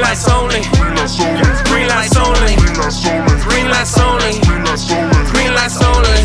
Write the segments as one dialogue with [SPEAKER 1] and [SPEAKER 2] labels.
[SPEAKER 1] lights only. Green lights only. Green lights only. Green lights only.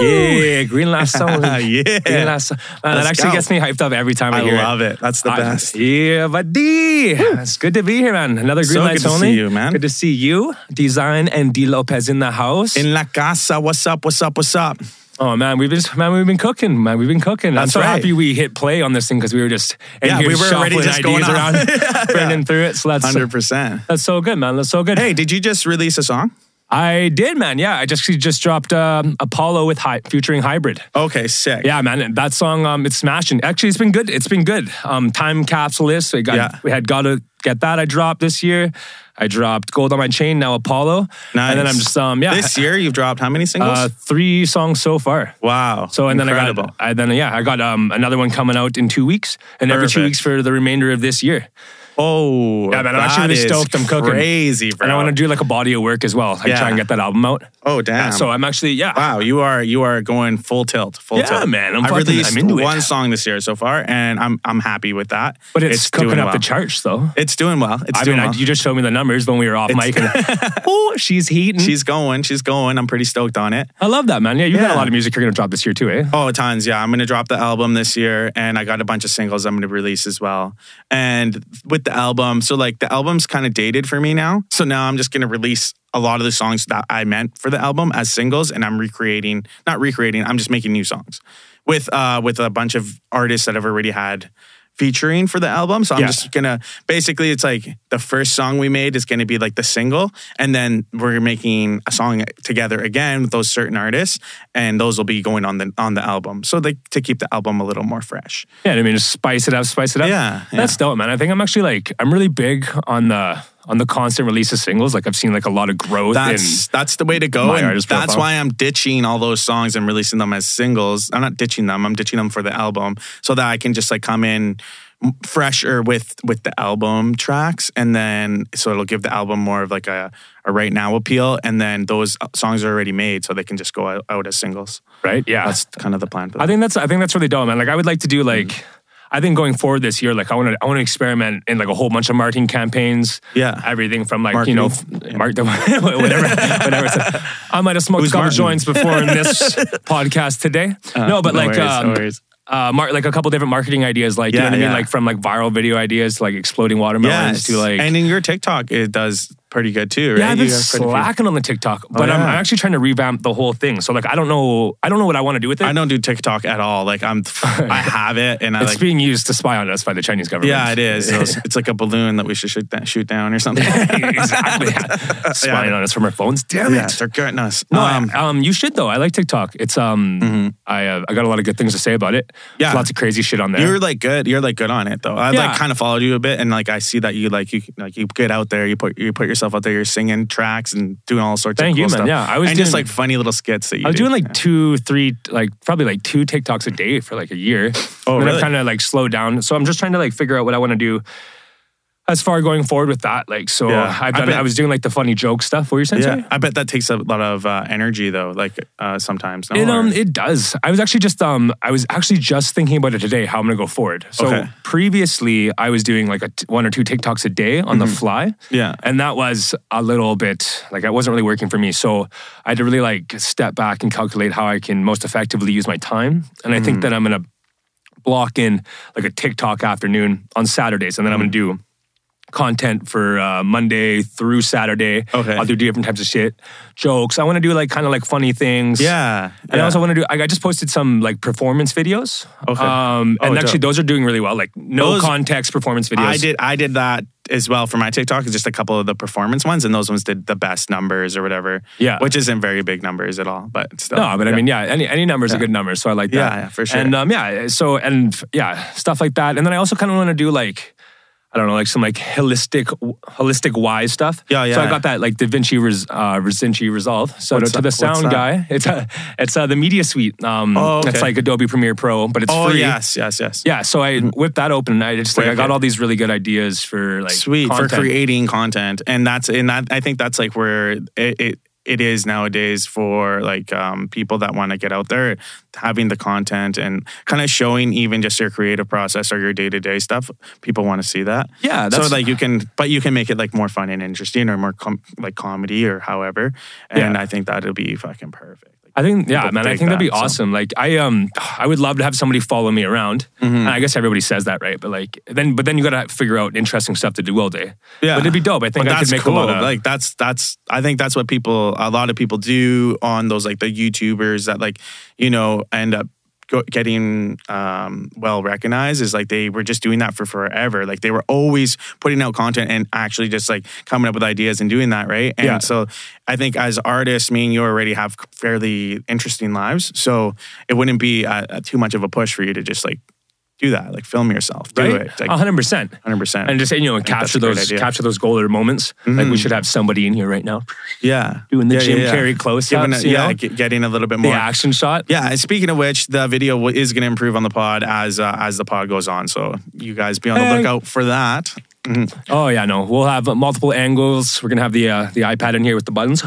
[SPEAKER 1] Yeah, green lights only.
[SPEAKER 2] Yeah.
[SPEAKER 1] Green lights. Man, that
[SPEAKER 2] Let's
[SPEAKER 1] actually
[SPEAKER 2] go.
[SPEAKER 1] gets me hyped up every time I,
[SPEAKER 2] I
[SPEAKER 1] hear it.
[SPEAKER 2] love it. That's the
[SPEAKER 1] I-
[SPEAKER 2] best.
[SPEAKER 1] Yeah, buddy. It's good to be here, man. Another green
[SPEAKER 2] So
[SPEAKER 1] lights
[SPEAKER 2] good to see
[SPEAKER 1] only.
[SPEAKER 2] you, man.
[SPEAKER 1] Good to see you. Design and D Lopez in the house.
[SPEAKER 2] In La Casa, what's up? What's up? What's up?
[SPEAKER 1] oh man, we've been man, we've been cooking, man. We've been cooking. I'm
[SPEAKER 2] That's
[SPEAKER 1] so
[SPEAKER 2] right.
[SPEAKER 1] happy we hit play on this thing because we were just in
[SPEAKER 2] Yeah,
[SPEAKER 1] here
[SPEAKER 2] we were already
[SPEAKER 1] shuffling
[SPEAKER 2] just going
[SPEAKER 1] ideas
[SPEAKER 2] off.
[SPEAKER 1] around, burning through it. So that's
[SPEAKER 2] 100%.
[SPEAKER 1] that's so good, man. That's so good.
[SPEAKER 2] Hey, did you just release a song?
[SPEAKER 1] I did, man. Yeah, I just she just dropped um, Apollo with Hy- featuring Hybrid.
[SPEAKER 2] Okay, sick.
[SPEAKER 1] Yeah, man, that song um, it's smashing. Actually, it's been good. It's been good. Um, time capsule is. We got
[SPEAKER 2] Yeah.
[SPEAKER 1] we had gotta get that. I dropped this year. I dropped Gold on My Chain. Now Apollo.
[SPEAKER 2] Nice.
[SPEAKER 1] And then I'm just um yeah
[SPEAKER 2] This year you've dropped how many singles?
[SPEAKER 1] uh, three songs so far.
[SPEAKER 2] wow.
[SPEAKER 1] So and
[SPEAKER 2] Incredible.
[SPEAKER 1] then I got I then yeah I got um another one coming out in two weeks and every two
[SPEAKER 2] Perfect.
[SPEAKER 1] weeks for the remainder of this year.
[SPEAKER 2] Oh,
[SPEAKER 1] Yeah, man, I'm
[SPEAKER 2] that
[SPEAKER 1] actually really
[SPEAKER 2] is
[SPEAKER 1] stoked. I'm cooking.
[SPEAKER 2] Crazy, bro.
[SPEAKER 1] And I want to do like a body of work as well. Like
[SPEAKER 2] Yeah.
[SPEAKER 1] try and get that album out.
[SPEAKER 2] Oh, damn.
[SPEAKER 1] Yeah, so I'm actually yeah.
[SPEAKER 2] Wow, you are you are going full tilt, full
[SPEAKER 1] Yeah,
[SPEAKER 2] tilt.
[SPEAKER 1] man, I'm
[SPEAKER 2] I
[SPEAKER 1] fucking-
[SPEAKER 2] released
[SPEAKER 1] I'm into it.
[SPEAKER 2] one song this year so far, and I'm I'm happy with that.
[SPEAKER 1] But it's,
[SPEAKER 2] doing
[SPEAKER 1] cooking up
[SPEAKER 2] well.
[SPEAKER 1] the charts though.
[SPEAKER 2] It's doing well. It's
[SPEAKER 1] I
[SPEAKER 2] doing
[SPEAKER 1] mean, I,
[SPEAKER 2] well.
[SPEAKER 1] you just showed me the numbers when we were off mic. And, oh, she's heating.
[SPEAKER 2] she's going. She's going. I'm pretty stoked on it.
[SPEAKER 1] I love that, man. Yeah, you got
[SPEAKER 2] Yeah.
[SPEAKER 1] a lot of music you're going to drop this year, too, eh?
[SPEAKER 2] Oh, tons. Yeah, I'm gonna drop the album this year, and I got a bunch of singles I'm gonna release as well. And with the album, so like the album's kind of dated for me now. So now I'm just gonna release a lot of the songs that I meant for the album as singles, and I'm recreating, not recreating. I'm just making new songs with uh with a bunch of artists that I've already had featuring for the album. So I'm
[SPEAKER 1] Yeah.
[SPEAKER 2] just gonna basically it's like the first song we made is gonna be like the single, and then we're making a song together again with those certain artists, and those will be going on the on the album. So they to keep the album a little more fresh.
[SPEAKER 1] Yeah, I mean, just spice it up, spice it up.
[SPEAKER 2] Yeah, yeah.
[SPEAKER 1] That's dope, man. I think I'm actually like, I'm really big on the on the constant release of singles. Like, I've seen like a lot of growth
[SPEAKER 2] That's that's the way to go.
[SPEAKER 1] My
[SPEAKER 2] and
[SPEAKER 1] artist
[SPEAKER 2] that's
[SPEAKER 1] profile.
[SPEAKER 2] why I'm ditching all those songs and releasing them as singles. I'm not ditching them. I'm ditching them for the album so that I can just like come in m- fresher with with the album tracks and then so it'll give the album more of like a, a right now appeal and then those songs are already made so they can just go out, out as singles.
[SPEAKER 1] in, right? Yeah.
[SPEAKER 2] That's kind of the plan for
[SPEAKER 1] I
[SPEAKER 2] that.
[SPEAKER 1] think that's I think that's really dope, man. Like I would like to do like I think going forward this year, like I want to I want to experiment in like a whole bunch of marketing campaigns.
[SPEAKER 2] Yeah.
[SPEAKER 1] everything from like you know, f-
[SPEAKER 2] Marketing.
[SPEAKER 1] mark whatever, whatever. So I might have smoked
[SPEAKER 2] Who's
[SPEAKER 1] a couple
[SPEAKER 2] Martin?
[SPEAKER 1] joints before in this podcast today. no, but
[SPEAKER 2] no
[SPEAKER 1] like
[SPEAKER 2] worries, no
[SPEAKER 1] um,
[SPEAKER 2] worries.
[SPEAKER 1] uh, mar- like a couple different marketing ideas, like you
[SPEAKER 2] Yeah,
[SPEAKER 1] know what I mean,
[SPEAKER 2] yeah.
[SPEAKER 1] like from like viral video ideas, to, like exploding watermelons
[SPEAKER 2] Yes.
[SPEAKER 1] to like.
[SPEAKER 2] and in your TikTok it does pretty good too, right?
[SPEAKER 1] yeah, I've been
[SPEAKER 2] You have quite a few-
[SPEAKER 1] slacking on the TikTok, but I'm,
[SPEAKER 2] Oh, yeah.
[SPEAKER 1] I'm actually trying to revamp the whole thing. So like, I don't know, I don't know what I want to do with it.
[SPEAKER 2] I don't do TikTok at all. Like I'm I have it and I
[SPEAKER 1] it's
[SPEAKER 2] like
[SPEAKER 1] being used to spy on us by the Chinese government.
[SPEAKER 2] Yeah, it is. It's, it's like a balloon that we should shoot, da- shoot down or something.
[SPEAKER 1] exactly. Spying on us from our phones. Damn
[SPEAKER 2] yeah,
[SPEAKER 1] it.
[SPEAKER 2] they're getting us.
[SPEAKER 1] No,
[SPEAKER 2] um, Mm-hmm.
[SPEAKER 1] um, um, you should though. I like TikTok. It's um, I uh, I got a lot of good things to say about it.
[SPEAKER 2] Yeah.
[SPEAKER 1] lots of crazy shit on there.
[SPEAKER 2] you're like good. You're like good on it though. I
[SPEAKER 1] Yeah.
[SPEAKER 2] like kind of followed you a bit, and like I see that you like you like you get out there. You put you put yourself out there. You're singing tracks and doing all sorts
[SPEAKER 1] Thank
[SPEAKER 2] of cool
[SPEAKER 1] you, man.
[SPEAKER 2] stuff.
[SPEAKER 1] Yeah, I was
[SPEAKER 2] and just
[SPEAKER 1] doing-
[SPEAKER 2] like funny little skits that you.
[SPEAKER 1] I was
[SPEAKER 2] do.
[SPEAKER 1] doing like
[SPEAKER 2] Yeah.
[SPEAKER 1] two, three, like probably like two TikToks a day for like a
[SPEAKER 2] Oh,
[SPEAKER 1] year. and then I've
[SPEAKER 2] really?
[SPEAKER 1] kind of like slowed down. So I'm just trying to like figure out what I want to do as far going forward with that. Like, so
[SPEAKER 2] Yeah.
[SPEAKER 1] I've
[SPEAKER 2] I
[SPEAKER 1] done.
[SPEAKER 2] bet-
[SPEAKER 1] I was doing like the funny joke stuff. What were you saying? sorry?
[SPEAKER 2] Yeah, I bet that takes a lot of uh, energy though. Like uh, sometimes. No?
[SPEAKER 1] It um
[SPEAKER 2] Or-
[SPEAKER 1] it does. I was actually just um I was actually just thinking about it today how I'm gonna go forward. So
[SPEAKER 2] Okay.
[SPEAKER 1] previously I was doing like a t- one or two TikToks a day on the fly.
[SPEAKER 2] Mm-hmm. Yeah.
[SPEAKER 1] and that was a little bit like it wasn't really working for me. So I had to really like step back and calculate how I can most effectively use my time. And I
[SPEAKER 2] Mm-hmm.
[SPEAKER 1] think that I'm gonna block in like a TikTok afternoon on Saturdays, and then I'm gonna
[SPEAKER 2] Mm-hmm.
[SPEAKER 1] do content for uh, Monday through Saturday.
[SPEAKER 2] Okay.
[SPEAKER 1] I'll do different types of shit, jokes. I want to do like kind of like funny things.
[SPEAKER 2] yeah,
[SPEAKER 1] And I
[SPEAKER 2] yeah.
[SPEAKER 1] also want to do. I I just posted some like performance videos.
[SPEAKER 2] Okay.
[SPEAKER 1] Um, and
[SPEAKER 2] Oh,
[SPEAKER 1] actually,
[SPEAKER 2] dope.
[SPEAKER 1] those are doing really well. Like no
[SPEAKER 2] Those-
[SPEAKER 1] context performance videos.
[SPEAKER 2] I did I did that as well for my TikTok. Just a couple of the performance ones, and those ones did the best numbers or whatever.
[SPEAKER 1] Yeah.
[SPEAKER 2] which isn't very big numbers at all, but still.
[SPEAKER 1] No, but I mean, yeah, any any number's a good number, so I like that.
[SPEAKER 2] Yeah, yeah, for sure.
[SPEAKER 1] And um, yeah, so and f- yeah, stuff like that. And then I also kind of want to do like, I don't know, like some like holistic, holistic wise stuff.
[SPEAKER 2] Yeah,
[SPEAKER 1] So I
[SPEAKER 2] yeah.
[SPEAKER 1] got that like Da Vinci, Res, uh, Da Vinci Resolve. So
[SPEAKER 2] What's
[SPEAKER 1] to the
[SPEAKER 2] that- what's
[SPEAKER 1] sound
[SPEAKER 2] that?
[SPEAKER 1] guy, it's uh, it's uh, the Media Suite. Um,
[SPEAKER 2] Oh, okay.
[SPEAKER 1] it's like Adobe Premiere Pro, but it's
[SPEAKER 2] Oh
[SPEAKER 1] free.
[SPEAKER 2] yes, yes, yes.
[SPEAKER 1] Yeah, so I
[SPEAKER 2] Mm-hmm.
[SPEAKER 1] whipped that open and I just like I got
[SPEAKER 2] Wicked.
[SPEAKER 1] all these really good ideas for like
[SPEAKER 2] sweet
[SPEAKER 1] content.
[SPEAKER 2] for creating content and that's and that i think that's like where it, it it is nowadays for like um, people that want to get out there having the content and kind of showing even just your creative process or your day-to-day stuff people want to see that
[SPEAKER 1] Yeah,
[SPEAKER 2] so
[SPEAKER 1] that's-
[SPEAKER 2] like you can but you can make it like more fun and interesting or more com- like comedy or however and
[SPEAKER 1] Yeah.
[SPEAKER 2] i think that'll be fucking perfect
[SPEAKER 1] I think yeah,
[SPEAKER 2] People
[SPEAKER 1] man. I
[SPEAKER 2] dig
[SPEAKER 1] think that'd be
[SPEAKER 2] that, so.
[SPEAKER 1] awesome. Like I um, I would love to have somebody follow me around.
[SPEAKER 2] Mm-hmm.
[SPEAKER 1] And I guess everybody says that, right? But like then, but then you gotta figure out interesting stuff to do all day.
[SPEAKER 2] Yeah.
[SPEAKER 1] but it'd be dope. I think
[SPEAKER 2] But
[SPEAKER 1] I
[SPEAKER 2] that's
[SPEAKER 1] could make
[SPEAKER 2] cool.
[SPEAKER 1] a lot of.
[SPEAKER 2] like that's that's I think that's what people a lot of people do on those like the YouTubers that like you know end up go- getting um, well recognized is like they were just doing that for forever. Like they were always putting out content and actually just like coming up with ideas and doing that right. And
[SPEAKER 1] Yeah.
[SPEAKER 2] so I think as artists, me and you already have fairly interesting lives, so it wouldn't be uh, too much of a push for you to just like do that, like film yourself, do
[SPEAKER 1] right,
[SPEAKER 2] it,
[SPEAKER 1] one
[SPEAKER 2] like
[SPEAKER 1] hundred percent.
[SPEAKER 2] hundred percent.
[SPEAKER 1] And just you know, and
[SPEAKER 2] think that's
[SPEAKER 1] capture
[SPEAKER 2] a great
[SPEAKER 1] those
[SPEAKER 2] idea. Mm.
[SPEAKER 1] capture those golden moments. Like we should have somebody in here right now
[SPEAKER 2] Yeah.
[SPEAKER 1] doing the
[SPEAKER 2] yeah,
[SPEAKER 1] Jim
[SPEAKER 2] yeah, yeah.
[SPEAKER 1] Carrey close
[SPEAKER 2] Giving
[SPEAKER 1] ups.
[SPEAKER 2] it-
[SPEAKER 1] You
[SPEAKER 2] yeah,
[SPEAKER 1] know,
[SPEAKER 2] get- getting a little bit
[SPEAKER 1] the
[SPEAKER 2] more. Yeah.
[SPEAKER 1] action shot.
[SPEAKER 2] and speaking of which, the video w- is going to improve on the pod as uh, as the pod goes on. So you guys be on the
[SPEAKER 1] Hey.
[SPEAKER 2] lookout for that.
[SPEAKER 1] Oh yeah, no, we'll have uh, multiple angles. We're gonna have the uh, the iPad in here with the buttons.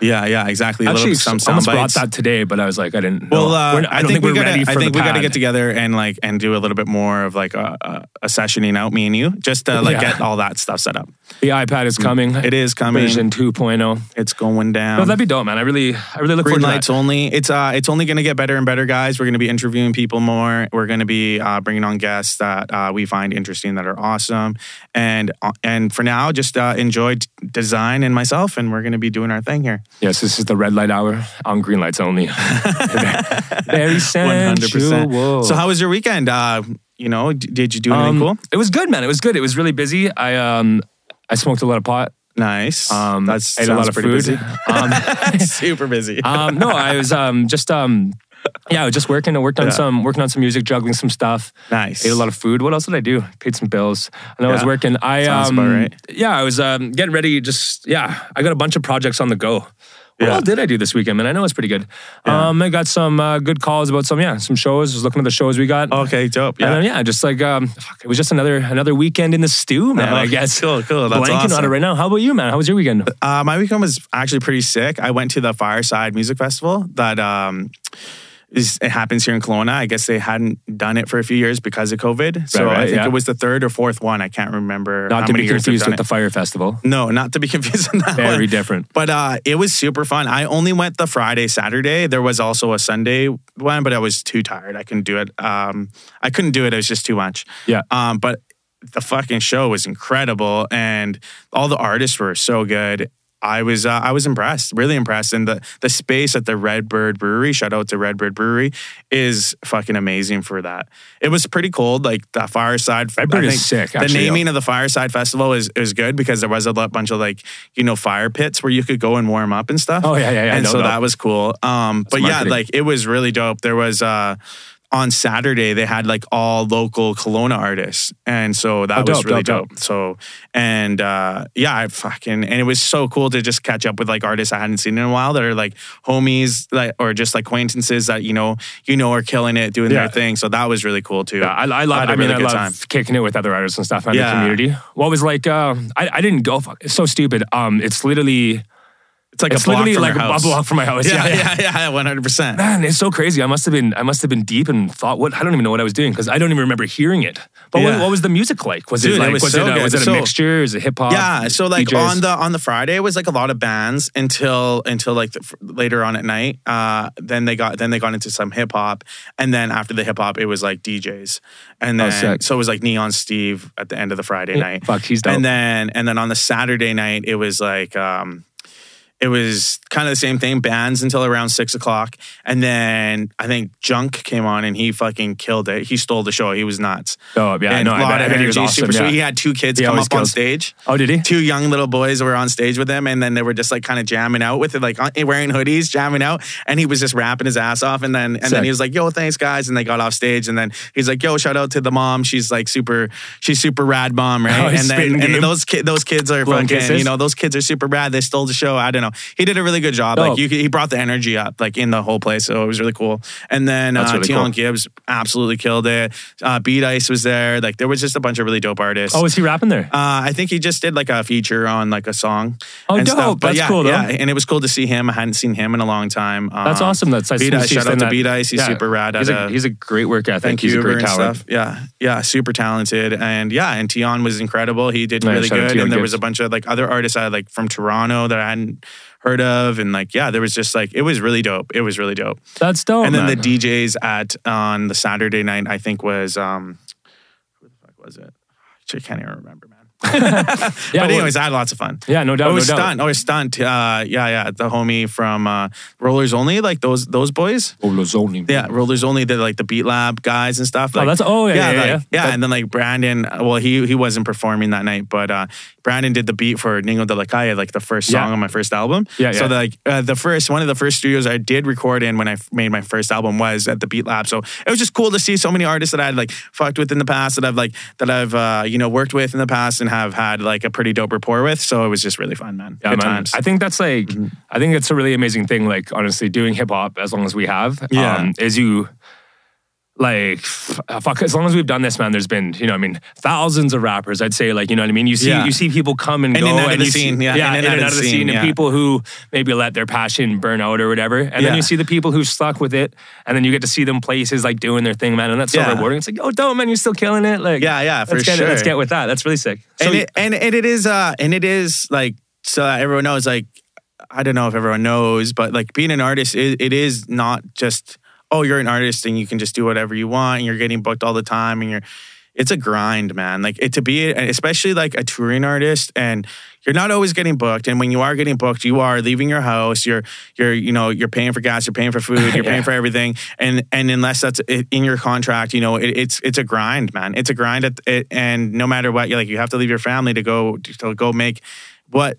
[SPEAKER 2] Yeah, yeah, exactly. a
[SPEAKER 1] Actually,
[SPEAKER 2] little some sound
[SPEAKER 1] almost brought
[SPEAKER 2] bites.
[SPEAKER 1] that today, but I was like, I didn't. Know.
[SPEAKER 2] Well, uh,
[SPEAKER 1] We're not-
[SPEAKER 2] I, think, we
[SPEAKER 1] we're
[SPEAKER 2] gotta,
[SPEAKER 1] ready
[SPEAKER 2] I
[SPEAKER 1] for
[SPEAKER 2] think
[SPEAKER 1] the
[SPEAKER 2] we got to
[SPEAKER 1] pad.
[SPEAKER 2] get together and like and do a little bit more of like a, a, a sessioning out, me and you, just to like
[SPEAKER 1] Yeah.
[SPEAKER 2] get all that stuff set up.
[SPEAKER 1] The iPad is coming.
[SPEAKER 2] Mm, It is coming.
[SPEAKER 1] version 2.0.
[SPEAKER 2] It's going down.
[SPEAKER 1] Oh, that'd be dope, man. I really, I really look
[SPEAKER 2] Green
[SPEAKER 1] forward
[SPEAKER 2] lights
[SPEAKER 1] to
[SPEAKER 2] only. It's uh, it's only going to get better and better, guys. We're going to be interviewing people more. We're going to be uh, bringing on guests that uh, we find interesting that are awesome. And uh, and for now, just uh, enjoy d- design and myself, and we're going to be doing our thing here.
[SPEAKER 1] that. Yes, this is the red light hour on green lights only. Very sensual.
[SPEAKER 2] So, how was your weekend? Uh, you know, d- did you do anything
[SPEAKER 1] Um,
[SPEAKER 2] cool?
[SPEAKER 1] It was good, man. It was good. It was really busy. I um, I smoked a lot of pot.
[SPEAKER 2] Nice.
[SPEAKER 1] Um,
[SPEAKER 2] That's
[SPEAKER 1] ate a lot of food.
[SPEAKER 2] Busy.
[SPEAKER 1] Um,
[SPEAKER 2] Super busy.
[SPEAKER 1] um, no, I was um, just um, yeah, I was just working. I worked on
[SPEAKER 2] Yeah.
[SPEAKER 1] some working on some music, juggling some stuff.
[SPEAKER 2] nice.
[SPEAKER 1] Ate a lot of food. What else did I do? Paid some bills. And I was
[SPEAKER 2] Yeah.
[SPEAKER 1] working. I
[SPEAKER 2] Sounds
[SPEAKER 1] um,
[SPEAKER 2] about right.
[SPEAKER 1] yeah, I was um, getting ready. Just yeah, I got a bunch of projects on the go. What
[SPEAKER 2] Yeah.
[SPEAKER 1] all did I do this weekend? Man, I know it's pretty good. Um, I got some uh, good calls about some yeah some shows. Was looking at the shows we got.
[SPEAKER 2] okay, dope.
[SPEAKER 1] And
[SPEAKER 2] Oh, Yeah.
[SPEAKER 1] then, yeah, just like um, fuck, it was just another another weekend in the stew, man.
[SPEAKER 2] Oh,
[SPEAKER 1] I guess.
[SPEAKER 2] cool, cool. That's
[SPEAKER 1] Blanking on
[SPEAKER 2] awesome.
[SPEAKER 1] it right now. How about you, man? How was your weekend?
[SPEAKER 2] Uh, my weekend was actually pretty sick. I went to the Fireside Music Festival that um, is, it happens here in Kelowna. I guess they hadn't done it for a few years because of COVID. So
[SPEAKER 1] Right, right,
[SPEAKER 2] I think
[SPEAKER 1] yeah.
[SPEAKER 2] it was the third or fourth one. I can't remember.
[SPEAKER 1] Not
[SPEAKER 2] how
[SPEAKER 1] to
[SPEAKER 2] many
[SPEAKER 1] be
[SPEAKER 2] years they've
[SPEAKER 1] confused
[SPEAKER 2] done
[SPEAKER 1] with the
[SPEAKER 2] it.
[SPEAKER 1] fire festival.
[SPEAKER 2] No, not to be confused on that
[SPEAKER 1] Very
[SPEAKER 2] one.
[SPEAKER 1] different.
[SPEAKER 2] But uh, it was super fun. I only went the Friday, Saturday. There was also a Sunday one, but I was too tired. I couldn't do it. Um, I couldn't do it. It was just too much.
[SPEAKER 1] Yeah.
[SPEAKER 2] Um, but the fucking show was incredible, and all the artists were so good. I was uh, I was impressed, really impressed, and the the space at the Redbird Brewery. Shout out to Redbird Brewery is fucking amazing for that. It was pretty cold, like the fireside.
[SPEAKER 1] Redbird
[SPEAKER 2] I
[SPEAKER 1] is
[SPEAKER 2] think
[SPEAKER 1] sick,
[SPEAKER 2] The
[SPEAKER 1] actually.
[SPEAKER 2] naming of the fireside festival is is good because there was a lot- bunch of like you know fire pits where you could go and warm up and stuff.
[SPEAKER 1] Oh, yeah, yeah, yeah, I
[SPEAKER 2] And
[SPEAKER 1] know
[SPEAKER 2] so
[SPEAKER 1] that.
[SPEAKER 2] that was cool. Um, but
[SPEAKER 1] marketing.
[SPEAKER 2] yeah, like it was really dope. There was uh on Saturday they had like all local Kelowna artists, and so that
[SPEAKER 1] Oh,
[SPEAKER 2] was
[SPEAKER 1] dope,
[SPEAKER 2] really
[SPEAKER 1] dope,
[SPEAKER 2] dope. So and uh yeah, I fucking and it was so cool to just catch up with like artists I hadn't seen in a while that are like homies like or just like acquaintances that you know you know are killing it doing
[SPEAKER 1] Yeah.
[SPEAKER 2] their thing. So that was really cool too.
[SPEAKER 1] Yeah, I, I love.
[SPEAKER 2] had a
[SPEAKER 1] I mean,
[SPEAKER 2] really
[SPEAKER 1] I
[SPEAKER 2] good
[SPEAKER 1] love
[SPEAKER 2] time.
[SPEAKER 1] kicking it with other artists and stuff in
[SPEAKER 2] Yeah.
[SPEAKER 1] the community. What was like? Uh, I I didn't go. fuck, It's so stupid. Um, it's literally
[SPEAKER 2] It's like a
[SPEAKER 1] it's
[SPEAKER 2] block
[SPEAKER 1] literally
[SPEAKER 2] from
[SPEAKER 1] like
[SPEAKER 2] your house.
[SPEAKER 1] a block from my house.
[SPEAKER 2] Yeah, yeah, yeah, one hundred percent.
[SPEAKER 1] Man, it's so crazy. I must have been I must have been deep and thought what I don't even know what I was doing because I don't even remember hearing it. But
[SPEAKER 2] Yeah.
[SPEAKER 1] what, what was the music like? Was
[SPEAKER 2] Dude,
[SPEAKER 1] it
[SPEAKER 2] it
[SPEAKER 1] like
[SPEAKER 2] was
[SPEAKER 1] was,
[SPEAKER 2] so
[SPEAKER 1] it a,
[SPEAKER 2] good.
[SPEAKER 1] was it a
[SPEAKER 2] So-
[SPEAKER 1] mixture? Is it hip hop?
[SPEAKER 2] Yeah, so like
[SPEAKER 1] DJs?
[SPEAKER 2] on the on the Friday it was like a lot of bands until until like the, f- later on at night. Uh, then they got then they got into some hip hop, and then after the hip hop it was like DJs, and
[SPEAKER 1] Oh,
[SPEAKER 2] then
[SPEAKER 1] sick. Oh,
[SPEAKER 2] so it was like Neon Steve at the end of the Friday night.
[SPEAKER 1] fuck, he's dope.
[SPEAKER 2] And then and then on the Saturday night it was like. Um, it was kind of the same thing, bands until around six o'clock. And then I think Junk came on and he fucking killed it. He stole the show. He was nuts.
[SPEAKER 1] oh yeah, I
[SPEAKER 2] And
[SPEAKER 1] know.
[SPEAKER 2] A
[SPEAKER 1] I
[SPEAKER 2] lot
[SPEAKER 1] bet- I
[SPEAKER 2] of
[SPEAKER 1] bet he was
[SPEAKER 2] energy,
[SPEAKER 1] awesome.
[SPEAKER 2] super
[SPEAKER 1] yeah.
[SPEAKER 2] sweet. He had two kids
[SPEAKER 1] He
[SPEAKER 2] come
[SPEAKER 1] always
[SPEAKER 2] up on
[SPEAKER 1] kills.
[SPEAKER 2] stage
[SPEAKER 1] oh, did he?
[SPEAKER 2] two young little boys were on stage with him, and then they were just like kind of jamming out with it, like on- wearing hoodies, jamming out, and he was just rapping his ass off, and then and
[SPEAKER 1] Sick.
[SPEAKER 2] then he was like, "Yo, thanks guys," and they got off stage, and then he's like, "Yo, shout out to the mom, she's like super, she's super rad mom,
[SPEAKER 1] Oh,
[SPEAKER 2] right?"
[SPEAKER 1] he's
[SPEAKER 2] and then
[SPEAKER 1] spitting
[SPEAKER 2] and then
[SPEAKER 1] game.
[SPEAKER 2] those ki- those kids are
[SPEAKER 1] Blowing
[SPEAKER 2] fucking,
[SPEAKER 1] kisses.
[SPEAKER 2] you know, those kids are super rad. They stole the show. I don't know. he did a really good job.
[SPEAKER 1] Dope.
[SPEAKER 2] Like you, could- he brought the energy up like in the whole place, so it was really cool. And then uh,
[SPEAKER 1] That's really
[SPEAKER 2] Tion
[SPEAKER 1] cool.
[SPEAKER 2] Gibbs absolutely killed it. Uh, Beat Ice was there. Like there was just a bunch of really dope artists.
[SPEAKER 1] Oh, is he rapping there?
[SPEAKER 2] Uh, I think he just did like a feature on like a song.
[SPEAKER 1] Oh,
[SPEAKER 2] and
[SPEAKER 1] dope.
[SPEAKER 2] Stuff. But
[SPEAKER 1] That's
[SPEAKER 2] yeah,
[SPEAKER 1] cool, though.
[SPEAKER 2] Yeah, and it was cool to see him. I hadn't seen him in a long time. Um,
[SPEAKER 1] That's awesome. That's I
[SPEAKER 2] B-Dice,
[SPEAKER 1] see- see
[SPEAKER 2] shout out
[SPEAKER 1] that-
[SPEAKER 2] to B-Dice. He's
[SPEAKER 1] yeah.
[SPEAKER 2] super rad.
[SPEAKER 1] He's
[SPEAKER 2] at,
[SPEAKER 1] a,
[SPEAKER 2] uh,
[SPEAKER 1] he's a great work ethic.
[SPEAKER 2] Thank
[SPEAKER 1] he's
[SPEAKER 2] you,
[SPEAKER 1] a great
[SPEAKER 2] and
[SPEAKER 1] talent.
[SPEAKER 2] stuff. Yeah, yeah, super talented, and yeah, and Tion was incredible. He did
[SPEAKER 1] Nice,
[SPEAKER 2] really
[SPEAKER 1] shout out
[SPEAKER 2] good,
[SPEAKER 1] Tion
[SPEAKER 2] and there
[SPEAKER 1] Gibbs.
[SPEAKER 2] was a bunch of like other artists I like from Toronto that I hadn't heard of, and like yeah, there was just like it was really dope. It was really dope.
[SPEAKER 1] That's dope.
[SPEAKER 2] and then
[SPEAKER 1] man.
[SPEAKER 2] the DJs at on the Saturday night, I think was um, who the fuck was it? I can't even remember, man.
[SPEAKER 1] yeah,
[SPEAKER 2] but
[SPEAKER 1] well,
[SPEAKER 2] anyways, I had lots of fun.
[SPEAKER 1] yeah, no doubt,
[SPEAKER 2] Oh,
[SPEAKER 1] no doubt.
[SPEAKER 2] stunt! Oh, stunt! Uh, yeah, yeah, the homie from uh, Rollers Only, like those those boys.
[SPEAKER 1] Oh, Lozoni.
[SPEAKER 2] Yeah, Rollers Only. They're like the Beat Lab guys and stuff. Like,
[SPEAKER 1] that's- oh, yeah, yeah,
[SPEAKER 2] like,
[SPEAKER 1] yeah. That-
[SPEAKER 2] and then like Brandon. uh, Well, he he wasn't performing that night, but uh, Brandon did the beat for Ningo de la Calle, like the first song
[SPEAKER 1] Yeah.
[SPEAKER 2] on my first album.
[SPEAKER 1] Yeah,
[SPEAKER 2] So
[SPEAKER 1] yeah.
[SPEAKER 2] like uh, the first one of the first studios I did record in when I f- made my first album was at the Beat Lab. So it was just cool to see so many artists that I had like fucked with in the past that I've like that I've uh, you know worked with in the past and have had like a pretty dope rapport with. So it was just really fun, man.
[SPEAKER 1] Yeah,
[SPEAKER 2] Good
[SPEAKER 1] man.
[SPEAKER 2] times.
[SPEAKER 1] I think that's like, I think it's a really amazing thing. Like, honestly, doing hip hop as long as we have, um,
[SPEAKER 2] Yeah.
[SPEAKER 1] is you like, f- fuck, as long as we've done this, man, there's been, you know, I mean, thousands of rappers, I'd say, like, you know what I mean? You see,
[SPEAKER 2] Yeah.
[SPEAKER 1] you see people come and,
[SPEAKER 2] In
[SPEAKER 1] go,
[SPEAKER 2] and out of the
[SPEAKER 1] you see-
[SPEAKER 2] scene, yeah,
[SPEAKER 1] in, and out of the scene,
[SPEAKER 2] yeah.
[SPEAKER 1] and people who maybe let their passion burn out or whatever. And then
[SPEAKER 2] Yeah.
[SPEAKER 1] you see the people who stuck with it, and then you get to see them places like doing their thing, man. And that's so
[SPEAKER 2] Yeah.
[SPEAKER 1] rewarding. It's like, oh, dope, man, you're still killing it. Like,
[SPEAKER 2] Yeah, yeah, for
[SPEAKER 1] let's get it-
[SPEAKER 2] sure.
[SPEAKER 1] let's get with that. That's really sick. So,
[SPEAKER 2] and, it, and and it is uh and it is like so that everyone knows like I don't know if everyone knows but like being an artist it, it is not just oh you're an artist and you can just do whatever you want and you're getting booked all the time and you're it's a grind man like it to be and especially like a touring artist and you're not always getting booked and when you are getting booked you are leaving your house you're you're you know you're paying for gas you're paying for food you're
[SPEAKER 1] Yeah.
[SPEAKER 2] paying for everything and and unless that's i- in your contract you know it, it's it's a grind man it's a grind at it, and no matter what you like you have to leave your family to go to go make what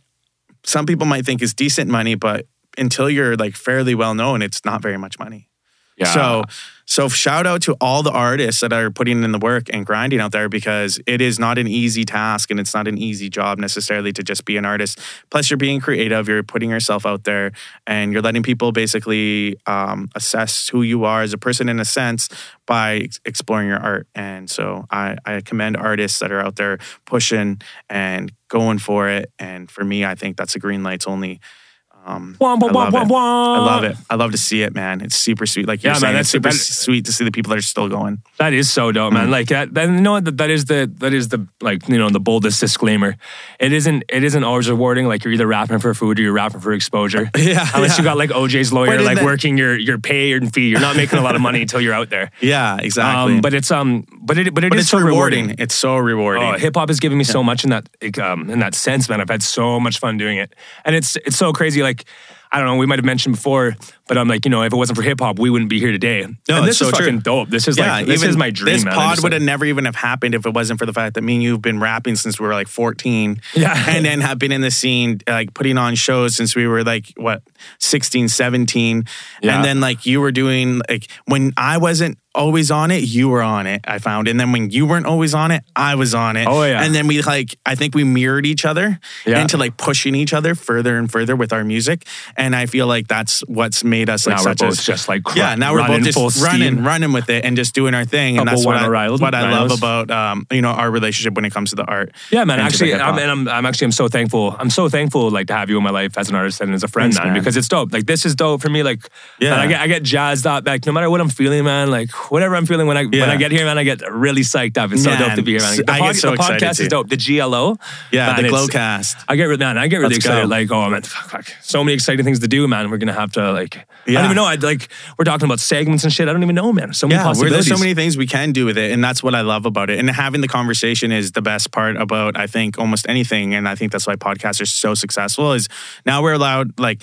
[SPEAKER 2] some people might think is decent money but until you're like fairly well known it's not very much money
[SPEAKER 1] yeah.
[SPEAKER 2] so so shout out to all the artists that are putting in the work and grinding out there because it is not an easy task and it's not an easy job necessarily to just be an artist. Plus you're being creative, you're putting yourself out there and you're letting people basically um, assess who you are as a person in a sense by ex- exploring your art. And so I, I commend artists that are out there pushing and going for it. And for me, I think that's a green light's only. Um,
[SPEAKER 1] Wah, wah,
[SPEAKER 2] I
[SPEAKER 1] wah,
[SPEAKER 2] love
[SPEAKER 1] wah,
[SPEAKER 2] it.
[SPEAKER 1] wah.
[SPEAKER 2] I love it. I love to see it, man. It's super sweet. Like
[SPEAKER 1] Oh.
[SPEAKER 2] you're
[SPEAKER 1] Yeah, man,
[SPEAKER 2] saying,
[SPEAKER 1] that's
[SPEAKER 2] it's super
[SPEAKER 1] that-
[SPEAKER 2] sweet to see the people that are still going.
[SPEAKER 1] That is so dope, man. Like that, that you know what, that, that is the that is the like you know the boldest disclaimer. It isn't it isn't always rewarding. Like you're either rapping for food or you're rapping for exposure.
[SPEAKER 2] Yeah,
[SPEAKER 1] Unless you
[SPEAKER 2] yeah.
[SPEAKER 1] got like OJ's lawyer,
[SPEAKER 2] But in
[SPEAKER 1] like
[SPEAKER 2] that-
[SPEAKER 1] working your your pay and fee. You're not making a lot of money until you're out there.
[SPEAKER 2] Yeah, exactly.
[SPEAKER 1] Um, but it's um, but it but it
[SPEAKER 2] But
[SPEAKER 1] is
[SPEAKER 2] it's
[SPEAKER 1] so
[SPEAKER 2] rewarding.
[SPEAKER 1] rewarding.
[SPEAKER 2] It's so rewarding.
[SPEAKER 1] Oh, hip hop has given me so much in that like, um, in that sense, man. I've had so much fun doing it, and it's it's so crazy. Like I don't know, we might have mentioned before, but I'm like, you know, if it wasn't for hip hop, we wouldn't be here today.
[SPEAKER 2] No,
[SPEAKER 1] and
[SPEAKER 2] it's
[SPEAKER 1] this is
[SPEAKER 2] so true.
[SPEAKER 1] fucking dope. This is
[SPEAKER 2] yeah,
[SPEAKER 1] like this
[SPEAKER 2] even
[SPEAKER 1] is my dream.
[SPEAKER 2] This
[SPEAKER 1] man. I
[SPEAKER 2] pod
[SPEAKER 1] just,
[SPEAKER 2] would
[SPEAKER 1] like-
[SPEAKER 2] have never even have happened if it wasn't for the fact that me and you've been rapping since we were like 14.
[SPEAKER 1] Yeah.
[SPEAKER 2] And then have been in the scene, like putting on shows since we were like, what, 16, 17.
[SPEAKER 1] Yeah.
[SPEAKER 2] And then like you were doing, like when I wasn't always on it, you were on it, I found. And then when you weren't always on it, I was on it.
[SPEAKER 1] Oh, yeah.
[SPEAKER 2] And then we like, I think we mirrored each other
[SPEAKER 1] Yeah.
[SPEAKER 2] into like pushing each other further and further with our music. And I feel like that's what's made us like
[SPEAKER 1] now we're
[SPEAKER 2] such
[SPEAKER 1] both
[SPEAKER 2] a
[SPEAKER 1] just like cr-
[SPEAKER 2] yeah, now we're
[SPEAKER 1] running
[SPEAKER 2] both just
[SPEAKER 1] full
[SPEAKER 2] running,
[SPEAKER 1] steam.
[SPEAKER 2] running with it, and just doing our thing, and
[SPEAKER 1] Couple
[SPEAKER 2] that's what
[SPEAKER 1] Wanna
[SPEAKER 2] I,
[SPEAKER 1] Riles-
[SPEAKER 2] what I love
[SPEAKER 1] Riles.
[SPEAKER 2] about um, you know our relationship when it comes to the art.
[SPEAKER 1] Yeah, man.
[SPEAKER 2] and to the
[SPEAKER 1] Actually,
[SPEAKER 2] hip
[SPEAKER 1] I'm,
[SPEAKER 2] hop.
[SPEAKER 1] and I'm, I'm actually, I'm so thankful. I'm so thankful, like, to have you in my life as an artist and as a friend,
[SPEAKER 2] Thanks,
[SPEAKER 1] man,
[SPEAKER 2] man.
[SPEAKER 1] because it's dope. Like, this is dope for me. Like,
[SPEAKER 2] Yeah.
[SPEAKER 1] man, I get, I get jazzed up. Like, no matter what I'm feeling, man. Like, whatever I'm feeling when I when
[SPEAKER 2] Yeah.
[SPEAKER 1] I get here, man, I get really psyched up. It's so
[SPEAKER 2] Man,
[SPEAKER 1] dope to be here, man. The,
[SPEAKER 2] I get so
[SPEAKER 1] the
[SPEAKER 2] excited
[SPEAKER 1] podcast
[SPEAKER 2] too.
[SPEAKER 1] is dope. The GLO,
[SPEAKER 2] yeah,
[SPEAKER 1] man,
[SPEAKER 2] the
[SPEAKER 1] it's-
[SPEAKER 2] Glowcast.
[SPEAKER 1] I get re- man, I get really
[SPEAKER 2] Let's
[SPEAKER 1] excited.
[SPEAKER 2] go.
[SPEAKER 1] Like, oh man, fuck, fuck. so many exciting things to do, man. We're gonna have to like, I
[SPEAKER 2] Yeah.
[SPEAKER 1] don't even know. I like, we're talking about segments and shit. I don't even know, man. So many
[SPEAKER 2] Yeah, where
[SPEAKER 1] possibilities.
[SPEAKER 2] there's so many things we can do with it, and that's what I love about it. And having the conversation is the best part about I think almost anything, and I think that's why podcasts are so successful. Is now we're allowed like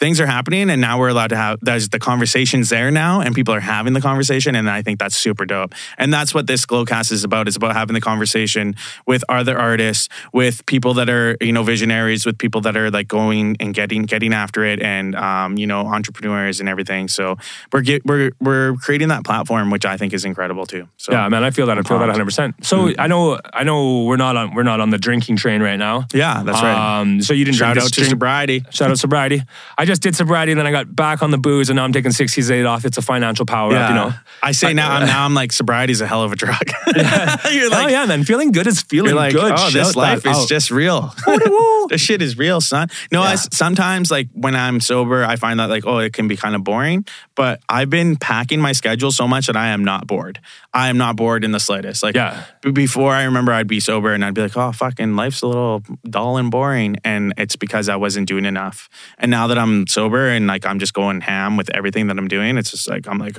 [SPEAKER 2] things are happening and now we're allowed to have there's the conversations there now and people are having the conversation and i think that's super dope and that's what this glowcast is about it's about having the conversation with other artists with people that are you know visionaries with people that are like going and getting getting after it and um, you know entrepreneurs and everything so we're get, we're we're creating that platform which i think is incredible too so
[SPEAKER 1] yeah, man, I feel that. I feel that 100. percent So
[SPEAKER 2] Hmm.
[SPEAKER 1] I know, I know, we're not on, we're not on the drinking train right now.
[SPEAKER 2] yeah that's right
[SPEAKER 1] Um, so you didn't
[SPEAKER 2] shout
[SPEAKER 1] drink
[SPEAKER 2] out
[SPEAKER 1] this
[SPEAKER 2] to
[SPEAKER 1] drink-
[SPEAKER 2] sobriety
[SPEAKER 1] Shout out sobriety. I just did sobriety, and then I got back on the booze, and now I'm taking six days off. It's a financial power up, you know.
[SPEAKER 2] I say now, I'm, now I'm like, sobriety's a hell of a drug. you're like,
[SPEAKER 1] oh yeah, man, feeling good is feeling
[SPEAKER 2] You're like,
[SPEAKER 1] good.
[SPEAKER 2] oh,
[SPEAKER 1] Shout
[SPEAKER 2] this life
[SPEAKER 1] that
[SPEAKER 2] is
[SPEAKER 1] out.
[SPEAKER 2] just real. this shit is real, son. No, I
[SPEAKER 1] Yeah.
[SPEAKER 2] s sometimes like when I'm sober, I find that like, oh, it can be kind of boring. But I've been packing my schedule so much that I am not bored. I am not bored in the slightest. Like,
[SPEAKER 1] Yeah.
[SPEAKER 2] b- before I remember, I'd be sober and I'd be like, oh, fucking life's a little dull and boring, and it's because I wasn't doing enough. And now that I'm sober and like I'm just going ham with everything that I'm doing, it's just like I'm like.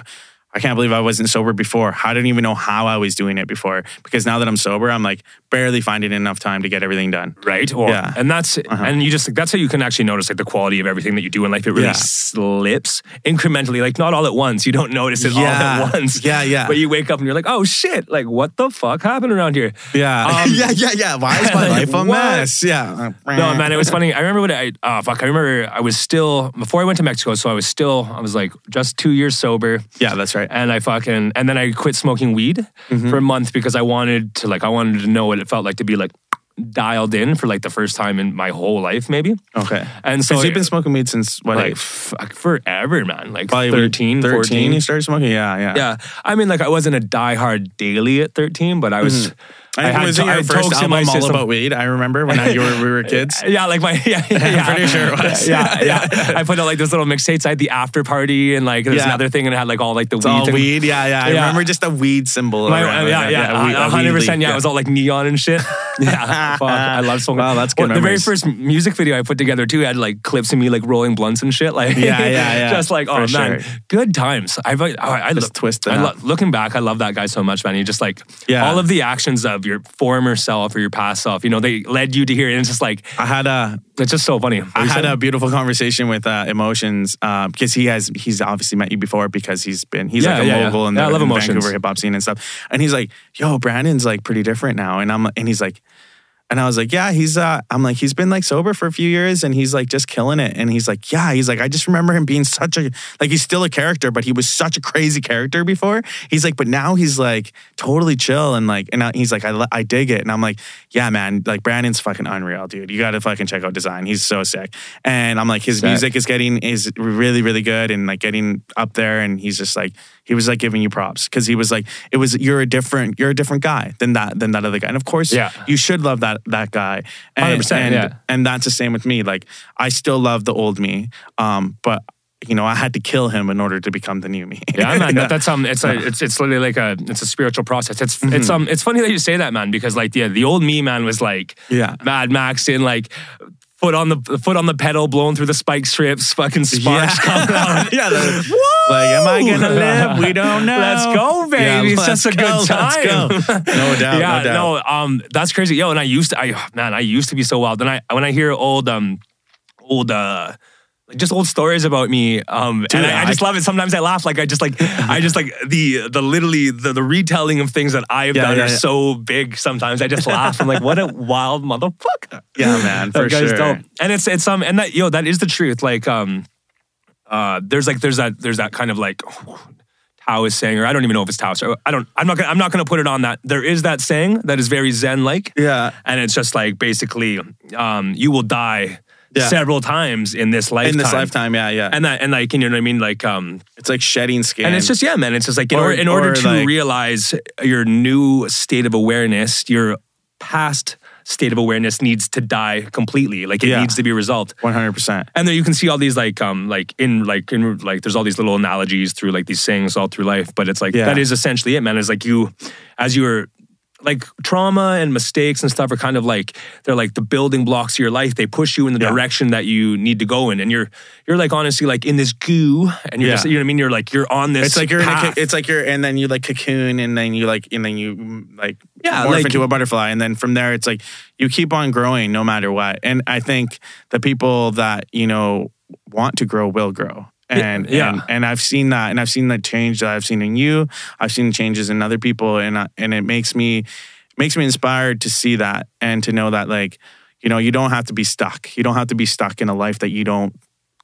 [SPEAKER 2] I can't believe I wasn't sober before. I didn't even know how I was doing it before because now that I'm sober, I'm like barely finding enough time to get everything done.
[SPEAKER 1] right. Or,
[SPEAKER 2] Yeah. Uh-huh.
[SPEAKER 1] and that's and you just like, that's how you can actually notice like the quality of everything that you do in life. It really
[SPEAKER 2] Yeah.
[SPEAKER 1] slips incrementally, like not all at once. You don't notice it all
[SPEAKER 2] Yeah.
[SPEAKER 1] at once.
[SPEAKER 2] Yeah, yeah.
[SPEAKER 1] But you wake up and you're like, oh shit, like what the fuck happened around here?
[SPEAKER 2] Yeah.
[SPEAKER 1] Um,
[SPEAKER 2] yeah, yeah, yeah. Why is my life a
[SPEAKER 1] What?
[SPEAKER 2] mess? Yeah.
[SPEAKER 1] No, man, it was funny. I remember when I, oh, fuck, I remember I was still, before I went to Mexico, so I was still, I was like just two years sober.
[SPEAKER 2] Yeah, that's right.
[SPEAKER 1] And I fucking, and then I quit smoking weed
[SPEAKER 2] Mm-hmm.
[SPEAKER 1] for a month because I wanted to, like, I wanted to know what it felt like to be, like, dialed in for, like, the first time in my whole life, maybe.
[SPEAKER 2] Okay.
[SPEAKER 1] And so,
[SPEAKER 2] So you've been smoking weed since what
[SPEAKER 1] like,
[SPEAKER 2] age?
[SPEAKER 1] fuck, forever, man. Like,
[SPEAKER 2] Probably when you-
[SPEAKER 1] 13,
[SPEAKER 2] 13
[SPEAKER 1] 14.
[SPEAKER 2] you started smoking? Yeah, yeah.
[SPEAKER 1] Yeah. I mean, like, I wasn't a diehard daily at 13, but I was,
[SPEAKER 2] Mm-hmm. I, think it was
[SPEAKER 1] to-
[SPEAKER 2] your
[SPEAKER 1] had
[SPEAKER 2] first
[SPEAKER 1] tokes in
[SPEAKER 2] album
[SPEAKER 1] my
[SPEAKER 2] all
[SPEAKER 1] system.
[SPEAKER 2] about weed. I remember when I, you were, we were kids.
[SPEAKER 1] Yeah, like my yeah, yeah, yeah.
[SPEAKER 2] pretty sure it was.
[SPEAKER 1] Yeah, yeah. I put out like those little mixtapes. I had the after party and like there's
[SPEAKER 2] Yeah.
[SPEAKER 1] another thing and it had like all like the
[SPEAKER 2] It's all
[SPEAKER 1] thing.
[SPEAKER 2] weed. Yeah, yeah. I
[SPEAKER 1] Yeah.
[SPEAKER 2] remember just a weed symbol.
[SPEAKER 1] My-
[SPEAKER 2] around
[SPEAKER 1] yeah,
[SPEAKER 2] that.
[SPEAKER 1] yeah,
[SPEAKER 2] a weed- a weed
[SPEAKER 1] hundred percent.
[SPEAKER 2] leaf.
[SPEAKER 1] Yeah, it was all like neon and shit. yeah, fuck, I love smoking.
[SPEAKER 2] Wow, that's good
[SPEAKER 1] Well, the very
[SPEAKER 2] memories.
[SPEAKER 1] first music video I put together too had like clips of me like rolling blunts and shit. Like,
[SPEAKER 2] Yeah, yeah, yeah.
[SPEAKER 1] just like oh
[SPEAKER 2] For
[SPEAKER 1] man,
[SPEAKER 2] sure.
[SPEAKER 1] good times. I've I, I
[SPEAKER 2] Just
[SPEAKER 1] look-
[SPEAKER 2] twist it
[SPEAKER 1] I
[SPEAKER 2] up.
[SPEAKER 1] looking back, I love that guy so much, man. He just like
[SPEAKER 2] Yeah.
[SPEAKER 1] all of the actions of your former self or your past self. You know, they led you to here, and it's just like
[SPEAKER 2] I had a
[SPEAKER 1] it's just so funny. What
[SPEAKER 2] I
[SPEAKER 1] you
[SPEAKER 2] had
[SPEAKER 1] saying?
[SPEAKER 2] a beautiful conversation with uh, Emotions uh, because he has he's obviously met you before because he's been he's
[SPEAKER 1] Yeah,
[SPEAKER 2] like a
[SPEAKER 1] yeah, yeah.
[SPEAKER 2] mogul in the
[SPEAKER 1] Yeah, I love
[SPEAKER 2] in
[SPEAKER 1] Emotions.
[SPEAKER 2] Vancouver hip hop scene and stuff. And he's like, "Yo, Brandon's like pretty different now." And I'm and he's like, and I was like, "Yeah, he's uh, I'm like he's been like sober for a few years and he's like just killing it." And he's like, "Yeah," he's like, "I just remember him being such a like he's still a character, but he was such a crazy character before." He's like, "But now he's like totally chill and like and I, he's like, I li- I dig it." And I'm like, "Yeah, man, like Brandon's fucking unreal, dude. You got to fucking check out Design. He's so sick." And I'm like, his
[SPEAKER 1] Sick.
[SPEAKER 2] music is getting is really really good and like getting up there, and he's just like he was like giving you props because he was like it was you're a different you're a different guy than that than that other guy, and of course
[SPEAKER 1] Yeah.
[SPEAKER 2] you should love that that guy. And,
[SPEAKER 1] 100%,
[SPEAKER 2] and,
[SPEAKER 1] yeah.
[SPEAKER 2] and that's the same with me. Like I still love the old me, um, but you know I had to kill him in order to become the new me.
[SPEAKER 1] Yeah, man. That, that's um, it's a, it's it's literally like a, it's a spiritual process. It's
[SPEAKER 2] Mm-hmm.
[SPEAKER 1] it's um, it's funny that you say that, man, because like yeah, the old me man was like
[SPEAKER 2] Yeah.
[SPEAKER 1] Mad Max in like foot on the foot on the pedal, blowing through the spike strips, fucking
[SPEAKER 2] yeah,
[SPEAKER 1] sparks coming out.
[SPEAKER 2] yeah. the- Like, am I gonna live? We don't know.
[SPEAKER 1] Let's go, baby. it's
[SPEAKER 2] let's
[SPEAKER 1] just a
[SPEAKER 2] go,
[SPEAKER 1] good time.
[SPEAKER 2] Let's go. No doubt.
[SPEAKER 1] yeah,
[SPEAKER 2] no doubt.
[SPEAKER 1] um, that's crazy. Yo, and I used to, I man, I used to be so wild. And I when I hear old, um, old, uh, like, just old stories about me, um,
[SPEAKER 2] Dude,
[SPEAKER 1] and I, I just
[SPEAKER 2] I-
[SPEAKER 1] love it. Sometimes I laugh, like I just like I just like the the literally the, the retelling of things that I've
[SPEAKER 2] Yeah,
[SPEAKER 1] done
[SPEAKER 2] yeah,
[SPEAKER 1] are
[SPEAKER 2] yeah.
[SPEAKER 1] so big. Sometimes I just laugh. I'm like, what a wild motherfucker.
[SPEAKER 2] Yeah, man,
[SPEAKER 1] That
[SPEAKER 2] for
[SPEAKER 1] guy's
[SPEAKER 2] sure.
[SPEAKER 1] dope. And it's it's um and that yo that is the truth. Like um, uh, there's like there's that there's that kind of like Taoist saying, or I don't even know if it's Taoist. Or I don't. I'm not. Gonna, I'm not going to put it on that. There is that saying that is very Zen like.
[SPEAKER 2] Yeah.
[SPEAKER 1] And it's just like basically, um, you will die
[SPEAKER 2] Yeah.
[SPEAKER 1] several times in this lifetime.
[SPEAKER 2] In this lifetime, yeah, yeah.
[SPEAKER 1] And that and like you know what I mean. Like um,
[SPEAKER 2] it's like shedding skin.
[SPEAKER 1] and it's just yeah, man. It's just like in,
[SPEAKER 2] Or-
[SPEAKER 1] or, in order
[SPEAKER 2] or,
[SPEAKER 1] to
[SPEAKER 2] like-
[SPEAKER 1] realize your new state of awareness, your past state of awareness needs to die completely. Like it
[SPEAKER 2] Yeah.
[SPEAKER 1] needs to be resolved.
[SPEAKER 2] one hundred percent.
[SPEAKER 1] And then you can see all these like um like in like in like there's all these little analogies through like these sayings all through life, but it's like
[SPEAKER 2] Yeah.
[SPEAKER 1] that is essentially it, man. It's like you as you're like trauma and mistakes and stuff are kind of like they're like the building blocks of your life. They push you in the
[SPEAKER 2] Yeah.
[SPEAKER 1] direction that you need to go in, and you're you're like honestly like in this goo, and you're
[SPEAKER 2] Yeah.
[SPEAKER 1] just you know what I mean. You're like you're on this.
[SPEAKER 2] It's like you're. In a,
[SPEAKER 1] path.
[SPEAKER 2] co- it's like you're, and then you like cocoon, and then you like, and then you mm, like
[SPEAKER 1] Yeah,
[SPEAKER 2] morph
[SPEAKER 1] like-
[SPEAKER 2] into a butterfly, and then from there, it's like you keep on growing no matter what. And I think the people that you know want to grow will grow. And,
[SPEAKER 1] Yeah.
[SPEAKER 2] and and I've seen that, and I've seen that change that I've seen in you. I've seen changes in other people, and I, and it makes me makes me inspired to see that and to know that like you know you don't have to be stuck. You don't have to be stuck in a life that you don't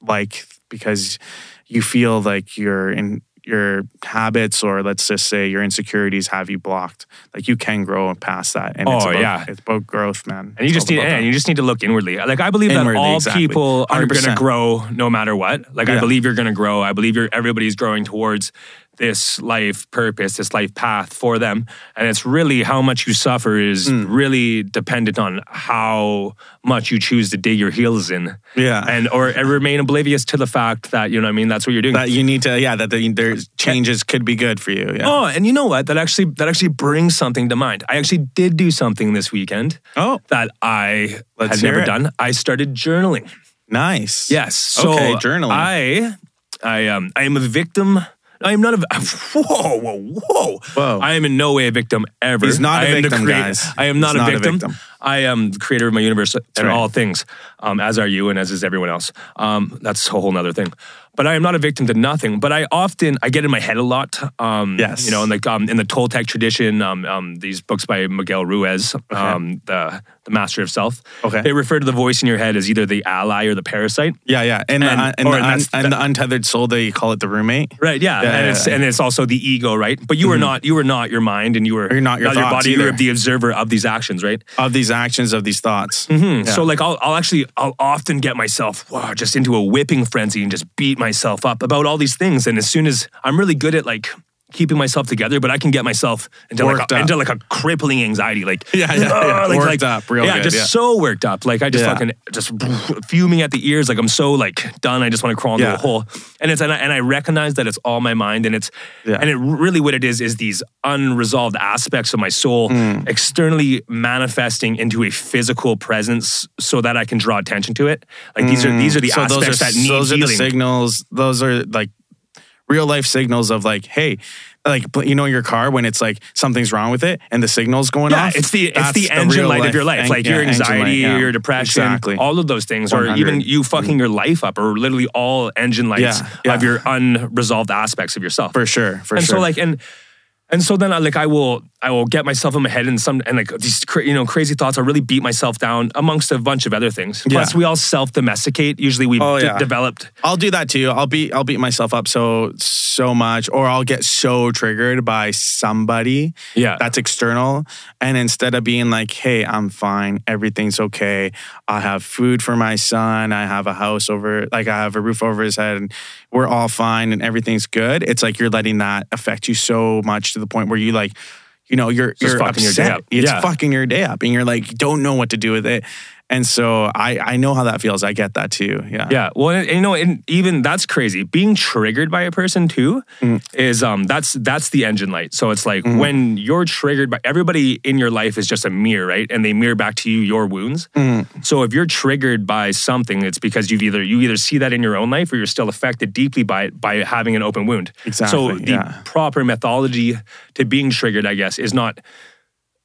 [SPEAKER 2] like because you feel like your in your habits or let's just say your insecurities have you blocked. Like you can grow past that, and it's
[SPEAKER 1] Oh,
[SPEAKER 2] about,
[SPEAKER 1] yeah.
[SPEAKER 2] it's about growth, man.
[SPEAKER 1] And you
[SPEAKER 2] It's
[SPEAKER 1] just
[SPEAKER 2] all
[SPEAKER 1] need,
[SPEAKER 2] about that.
[SPEAKER 1] and you just need to look inwardly. Like I believe
[SPEAKER 2] Inwardly,
[SPEAKER 1] that all
[SPEAKER 2] exactly.
[SPEAKER 1] people are going
[SPEAKER 2] 100%.
[SPEAKER 1] to grow no matter what. Like I
[SPEAKER 2] Yeah.
[SPEAKER 1] believe you're going to grow. I believe you're everybody's growing towards this life purpose, this life path for them. And it's really how much you suffer is
[SPEAKER 2] Hmm.
[SPEAKER 1] really dependent on how much you choose to dig your heels in.
[SPEAKER 2] Yeah.
[SPEAKER 1] And or and remain oblivious to the fact that, you know what I mean, that's what you're doing.
[SPEAKER 2] that you need to yeah that the, there's changes could be good for you yeah
[SPEAKER 1] Oh, and you know what? That actually that actually brings something to mind. I actually did do something this weekend
[SPEAKER 2] oh
[SPEAKER 1] that I
[SPEAKER 2] Let's
[SPEAKER 1] had
[SPEAKER 2] hear
[SPEAKER 1] never
[SPEAKER 2] it.
[SPEAKER 1] done. I started journaling.
[SPEAKER 2] nice
[SPEAKER 1] Yes. So
[SPEAKER 2] Okay, journaling.
[SPEAKER 1] I, I, um, I am a victim. I am not a. Whoa, whoa, whoa!
[SPEAKER 2] Whoa.
[SPEAKER 1] I am in no way a victim ever.
[SPEAKER 2] He's not a
[SPEAKER 1] a
[SPEAKER 2] victim, guys.
[SPEAKER 1] I am
[SPEAKER 2] He's
[SPEAKER 1] not, a,
[SPEAKER 2] not a
[SPEAKER 1] victim.
[SPEAKER 2] victim.
[SPEAKER 1] I am the creator of my universe and
[SPEAKER 2] right.
[SPEAKER 1] all things, um, as are you, and as is everyone else. Um, that's a whole nother thing. But I am not a victim to nothing. But I often I get in my head a lot. Um,
[SPEAKER 2] Yes.
[SPEAKER 1] you know, and like um, in the Toltec tradition, um, um, these books by Miguel Ruiz, um, the the master of self.
[SPEAKER 2] Okay.
[SPEAKER 1] They refer to the voice in your head as either the ally or the parasite.
[SPEAKER 2] yeah yeah and the,
[SPEAKER 1] And-
[SPEAKER 2] un- and,
[SPEAKER 1] or
[SPEAKER 2] the, un-
[SPEAKER 1] that's-
[SPEAKER 2] and the untethered soul they call it the roommate
[SPEAKER 1] Right. Yeah.
[SPEAKER 2] Yeah,
[SPEAKER 1] and
[SPEAKER 2] yeah,
[SPEAKER 1] it's
[SPEAKER 2] yeah. Mm-hmm.
[SPEAKER 1] and it's also the ego, right? But you were not you were not your mind, and you were
[SPEAKER 2] You're not your
[SPEAKER 1] your
[SPEAKER 2] thoughts
[SPEAKER 1] body. You were
[SPEAKER 2] either.
[SPEAKER 1] the observer of these actions, right? Hmm,
[SPEAKER 2] of these actions of these thoughts Yeah.
[SPEAKER 1] So like I'll I'll actually I'll often get myself wow just into a whipping frenzy and just beat myself up about all these things. And as soon as I'm really good at like keeping myself together, but I can get myself into like
[SPEAKER 2] Worked
[SPEAKER 1] a,
[SPEAKER 2] up.
[SPEAKER 1] into like a crippling anxiety, like
[SPEAKER 2] Yeah, yeah, yeah.
[SPEAKER 1] "Ugh," like,
[SPEAKER 2] Worked
[SPEAKER 1] like-
[SPEAKER 2] up real
[SPEAKER 1] yeah,
[SPEAKER 2] good,
[SPEAKER 1] just
[SPEAKER 2] yeah.
[SPEAKER 1] so worked up, like I just
[SPEAKER 2] Yeah.
[SPEAKER 1] fucking just fuming at the ears, like I'm so like done, I just want to crawl into
[SPEAKER 2] Yeah.
[SPEAKER 1] a hole. And it's and I, and I recognize that it's all my mind, and it's
[SPEAKER 2] Yeah.
[SPEAKER 1] and it really what it is is these unresolved aspects of my soul
[SPEAKER 2] Mm.
[SPEAKER 1] externally manifesting into a physical presence so that I can draw attention to it. Like these are these are the
[SPEAKER 2] Mm. so
[SPEAKER 1] aspects
[SPEAKER 2] those are
[SPEAKER 1] that need
[SPEAKER 2] those are
[SPEAKER 1] healing.
[SPEAKER 2] the signals those are like real life signals of like hey like pl- you know your car when it's like something's wrong with it and the signals going
[SPEAKER 1] yeah,
[SPEAKER 2] off
[SPEAKER 1] it's the it's
[SPEAKER 2] That's
[SPEAKER 1] the engine
[SPEAKER 2] real
[SPEAKER 1] light of your life,
[SPEAKER 2] en-
[SPEAKER 1] like
[SPEAKER 2] yeah,
[SPEAKER 1] your
[SPEAKER 2] engine light,
[SPEAKER 1] anxiety,
[SPEAKER 2] yeah.
[SPEAKER 1] your depression,
[SPEAKER 2] exactly
[SPEAKER 1] all of those things, or
[SPEAKER 2] 100.
[SPEAKER 1] even you fucking your life up, or literally all engine lights
[SPEAKER 2] Yeah, yeah.
[SPEAKER 1] of your unresolved aspects of yourself.
[SPEAKER 2] for sure for
[SPEAKER 1] and
[SPEAKER 2] sure
[SPEAKER 1] so like and and so then I like I will I will get myself in my head and some and like these cra- you know crazy thoughts. I really beat myself down amongst a bunch of other things. Plus
[SPEAKER 2] Yeah.
[SPEAKER 1] we all self domesticate. Usually we've
[SPEAKER 2] Oh,
[SPEAKER 1] de-
[SPEAKER 2] yeah.
[SPEAKER 1] developed
[SPEAKER 2] I'll do that too. I'll beat I'll beat myself up so so much, or I'll get so triggered by somebody
[SPEAKER 1] Yeah.
[SPEAKER 2] that's external. And instead of being like, hey, I'm fine, everything's okay. I have food for my son, I have a house over like I have a roof over his head, and we're all fine and everything's good. It's like you're letting that affect you so much to the point where you like you know, you're
[SPEAKER 1] Just
[SPEAKER 2] you're
[SPEAKER 1] fucking your day
[SPEAKER 2] upset.
[SPEAKER 1] up.
[SPEAKER 2] It's
[SPEAKER 1] Yeah.
[SPEAKER 2] fucking your day up, and you're like don't know what to do with it. And so I I know how that feels. I get that too. Yeah.
[SPEAKER 1] Yeah. Well, and, and, you know, and even that's crazy. Being triggered by a person too
[SPEAKER 2] Mm.
[SPEAKER 1] is um that's that's the engine light. So it's like
[SPEAKER 2] Mm-hmm.
[SPEAKER 1] when you're triggered by everybody in your life is just a mirror, right? And they mirror back to you your wounds.
[SPEAKER 2] Mm.
[SPEAKER 1] So if you're triggered by something, it's because you've either you either see that in your own life or you're still affected deeply by it by having an open wound. So
[SPEAKER 2] Exactly,
[SPEAKER 1] the
[SPEAKER 2] yeah.
[SPEAKER 1] proper methodology to being triggered, I guess, is not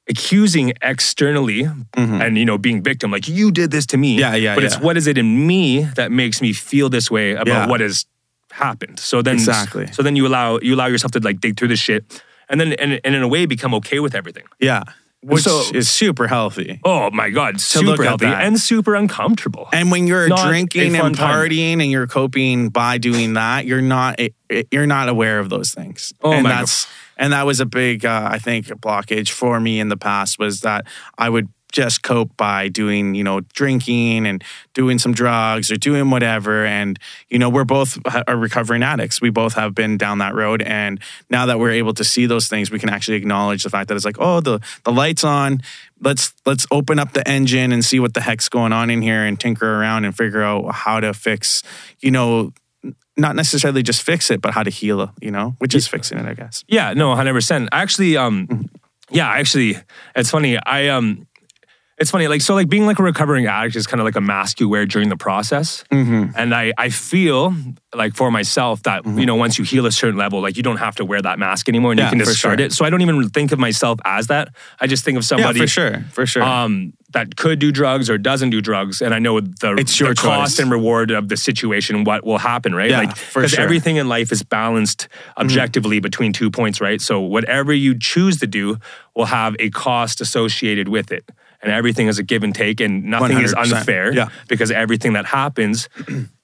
[SPEAKER 1] accusing externally and you know being victim like you did this to me
[SPEAKER 2] Mm-hmm. Yeah, yeah,
[SPEAKER 1] but it's
[SPEAKER 2] yeah.
[SPEAKER 1] what is it in me that makes me feel this way about
[SPEAKER 2] Yeah.
[SPEAKER 1] what has happened so then
[SPEAKER 2] Exactly.
[SPEAKER 1] so then you allow you allow yourself to like dig through the shit and then and, and in a way become okay with everything
[SPEAKER 2] Yeah. Which
[SPEAKER 1] So-
[SPEAKER 2] is super healthy.
[SPEAKER 1] oh my god
[SPEAKER 2] look
[SPEAKER 1] super
[SPEAKER 2] at
[SPEAKER 1] healthy
[SPEAKER 2] that.
[SPEAKER 1] and super uncomfortable
[SPEAKER 2] And when you're
[SPEAKER 1] Not a
[SPEAKER 2] drinking
[SPEAKER 1] fun
[SPEAKER 2] and
[SPEAKER 1] time.
[SPEAKER 2] partying and you're coping by doing that, you're not it- it- you're not aware of those things.
[SPEAKER 1] Oh
[SPEAKER 2] and
[SPEAKER 1] my
[SPEAKER 2] that's and that was a big uh, I think blockage for me in the past was that I would just cope by doing, you know, drinking and doing some drugs or doing whatever and you know, we're both ha- are recovering addicts. We both have been down that road and now that we're able to see those things, we can actually acknowledge the fact that it's like, oh, the the lights on, let's let's open up the engine and see what the heck's going on in here and tinker around and figure out how to fix you know not necessarily just fix it but how to heal it you know which is fixing it i guess
[SPEAKER 1] Yeah, no, hundred percent. Actually,
[SPEAKER 2] Mm-hmm.
[SPEAKER 1] um, yeah, actually, it's funny. I um, it's funny. Like so, like being like a recovering addict is kind of like a mask you wear during the process.
[SPEAKER 2] Mm-hmm.
[SPEAKER 1] And I I feel like for myself that you know once you heal a certain level, like you don't have to wear that mask anymore, and you
[SPEAKER 2] Yeah,
[SPEAKER 1] can
[SPEAKER 2] for
[SPEAKER 1] discard
[SPEAKER 2] sure.
[SPEAKER 1] it. So I don't even think of myself as that. I just think of
[SPEAKER 2] yeah
[SPEAKER 1] somebody
[SPEAKER 2] for sure for sure
[SPEAKER 1] um, that could do drugs or doesn't do drugs, and I know the,
[SPEAKER 2] It's your
[SPEAKER 1] the cost
[SPEAKER 2] choice.
[SPEAKER 1] and reward of the situation, what will happen, right?
[SPEAKER 2] Yeah,
[SPEAKER 1] like
[SPEAKER 2] for sure.
[SPEAKER 1] because
[SPEAKER 2] Mm-hmm.
[SPEAKER 1] everything in life is balanced objectively between two points, right? So whatever you choose to do will have a cost associated with it. And everything is a give and take, and nothing is
[SPEAKER 2] 100%.
[SPEAKER 1] unfair
[SPEAKER 2] Yeah.
[SPEAKER 1] because everything that happens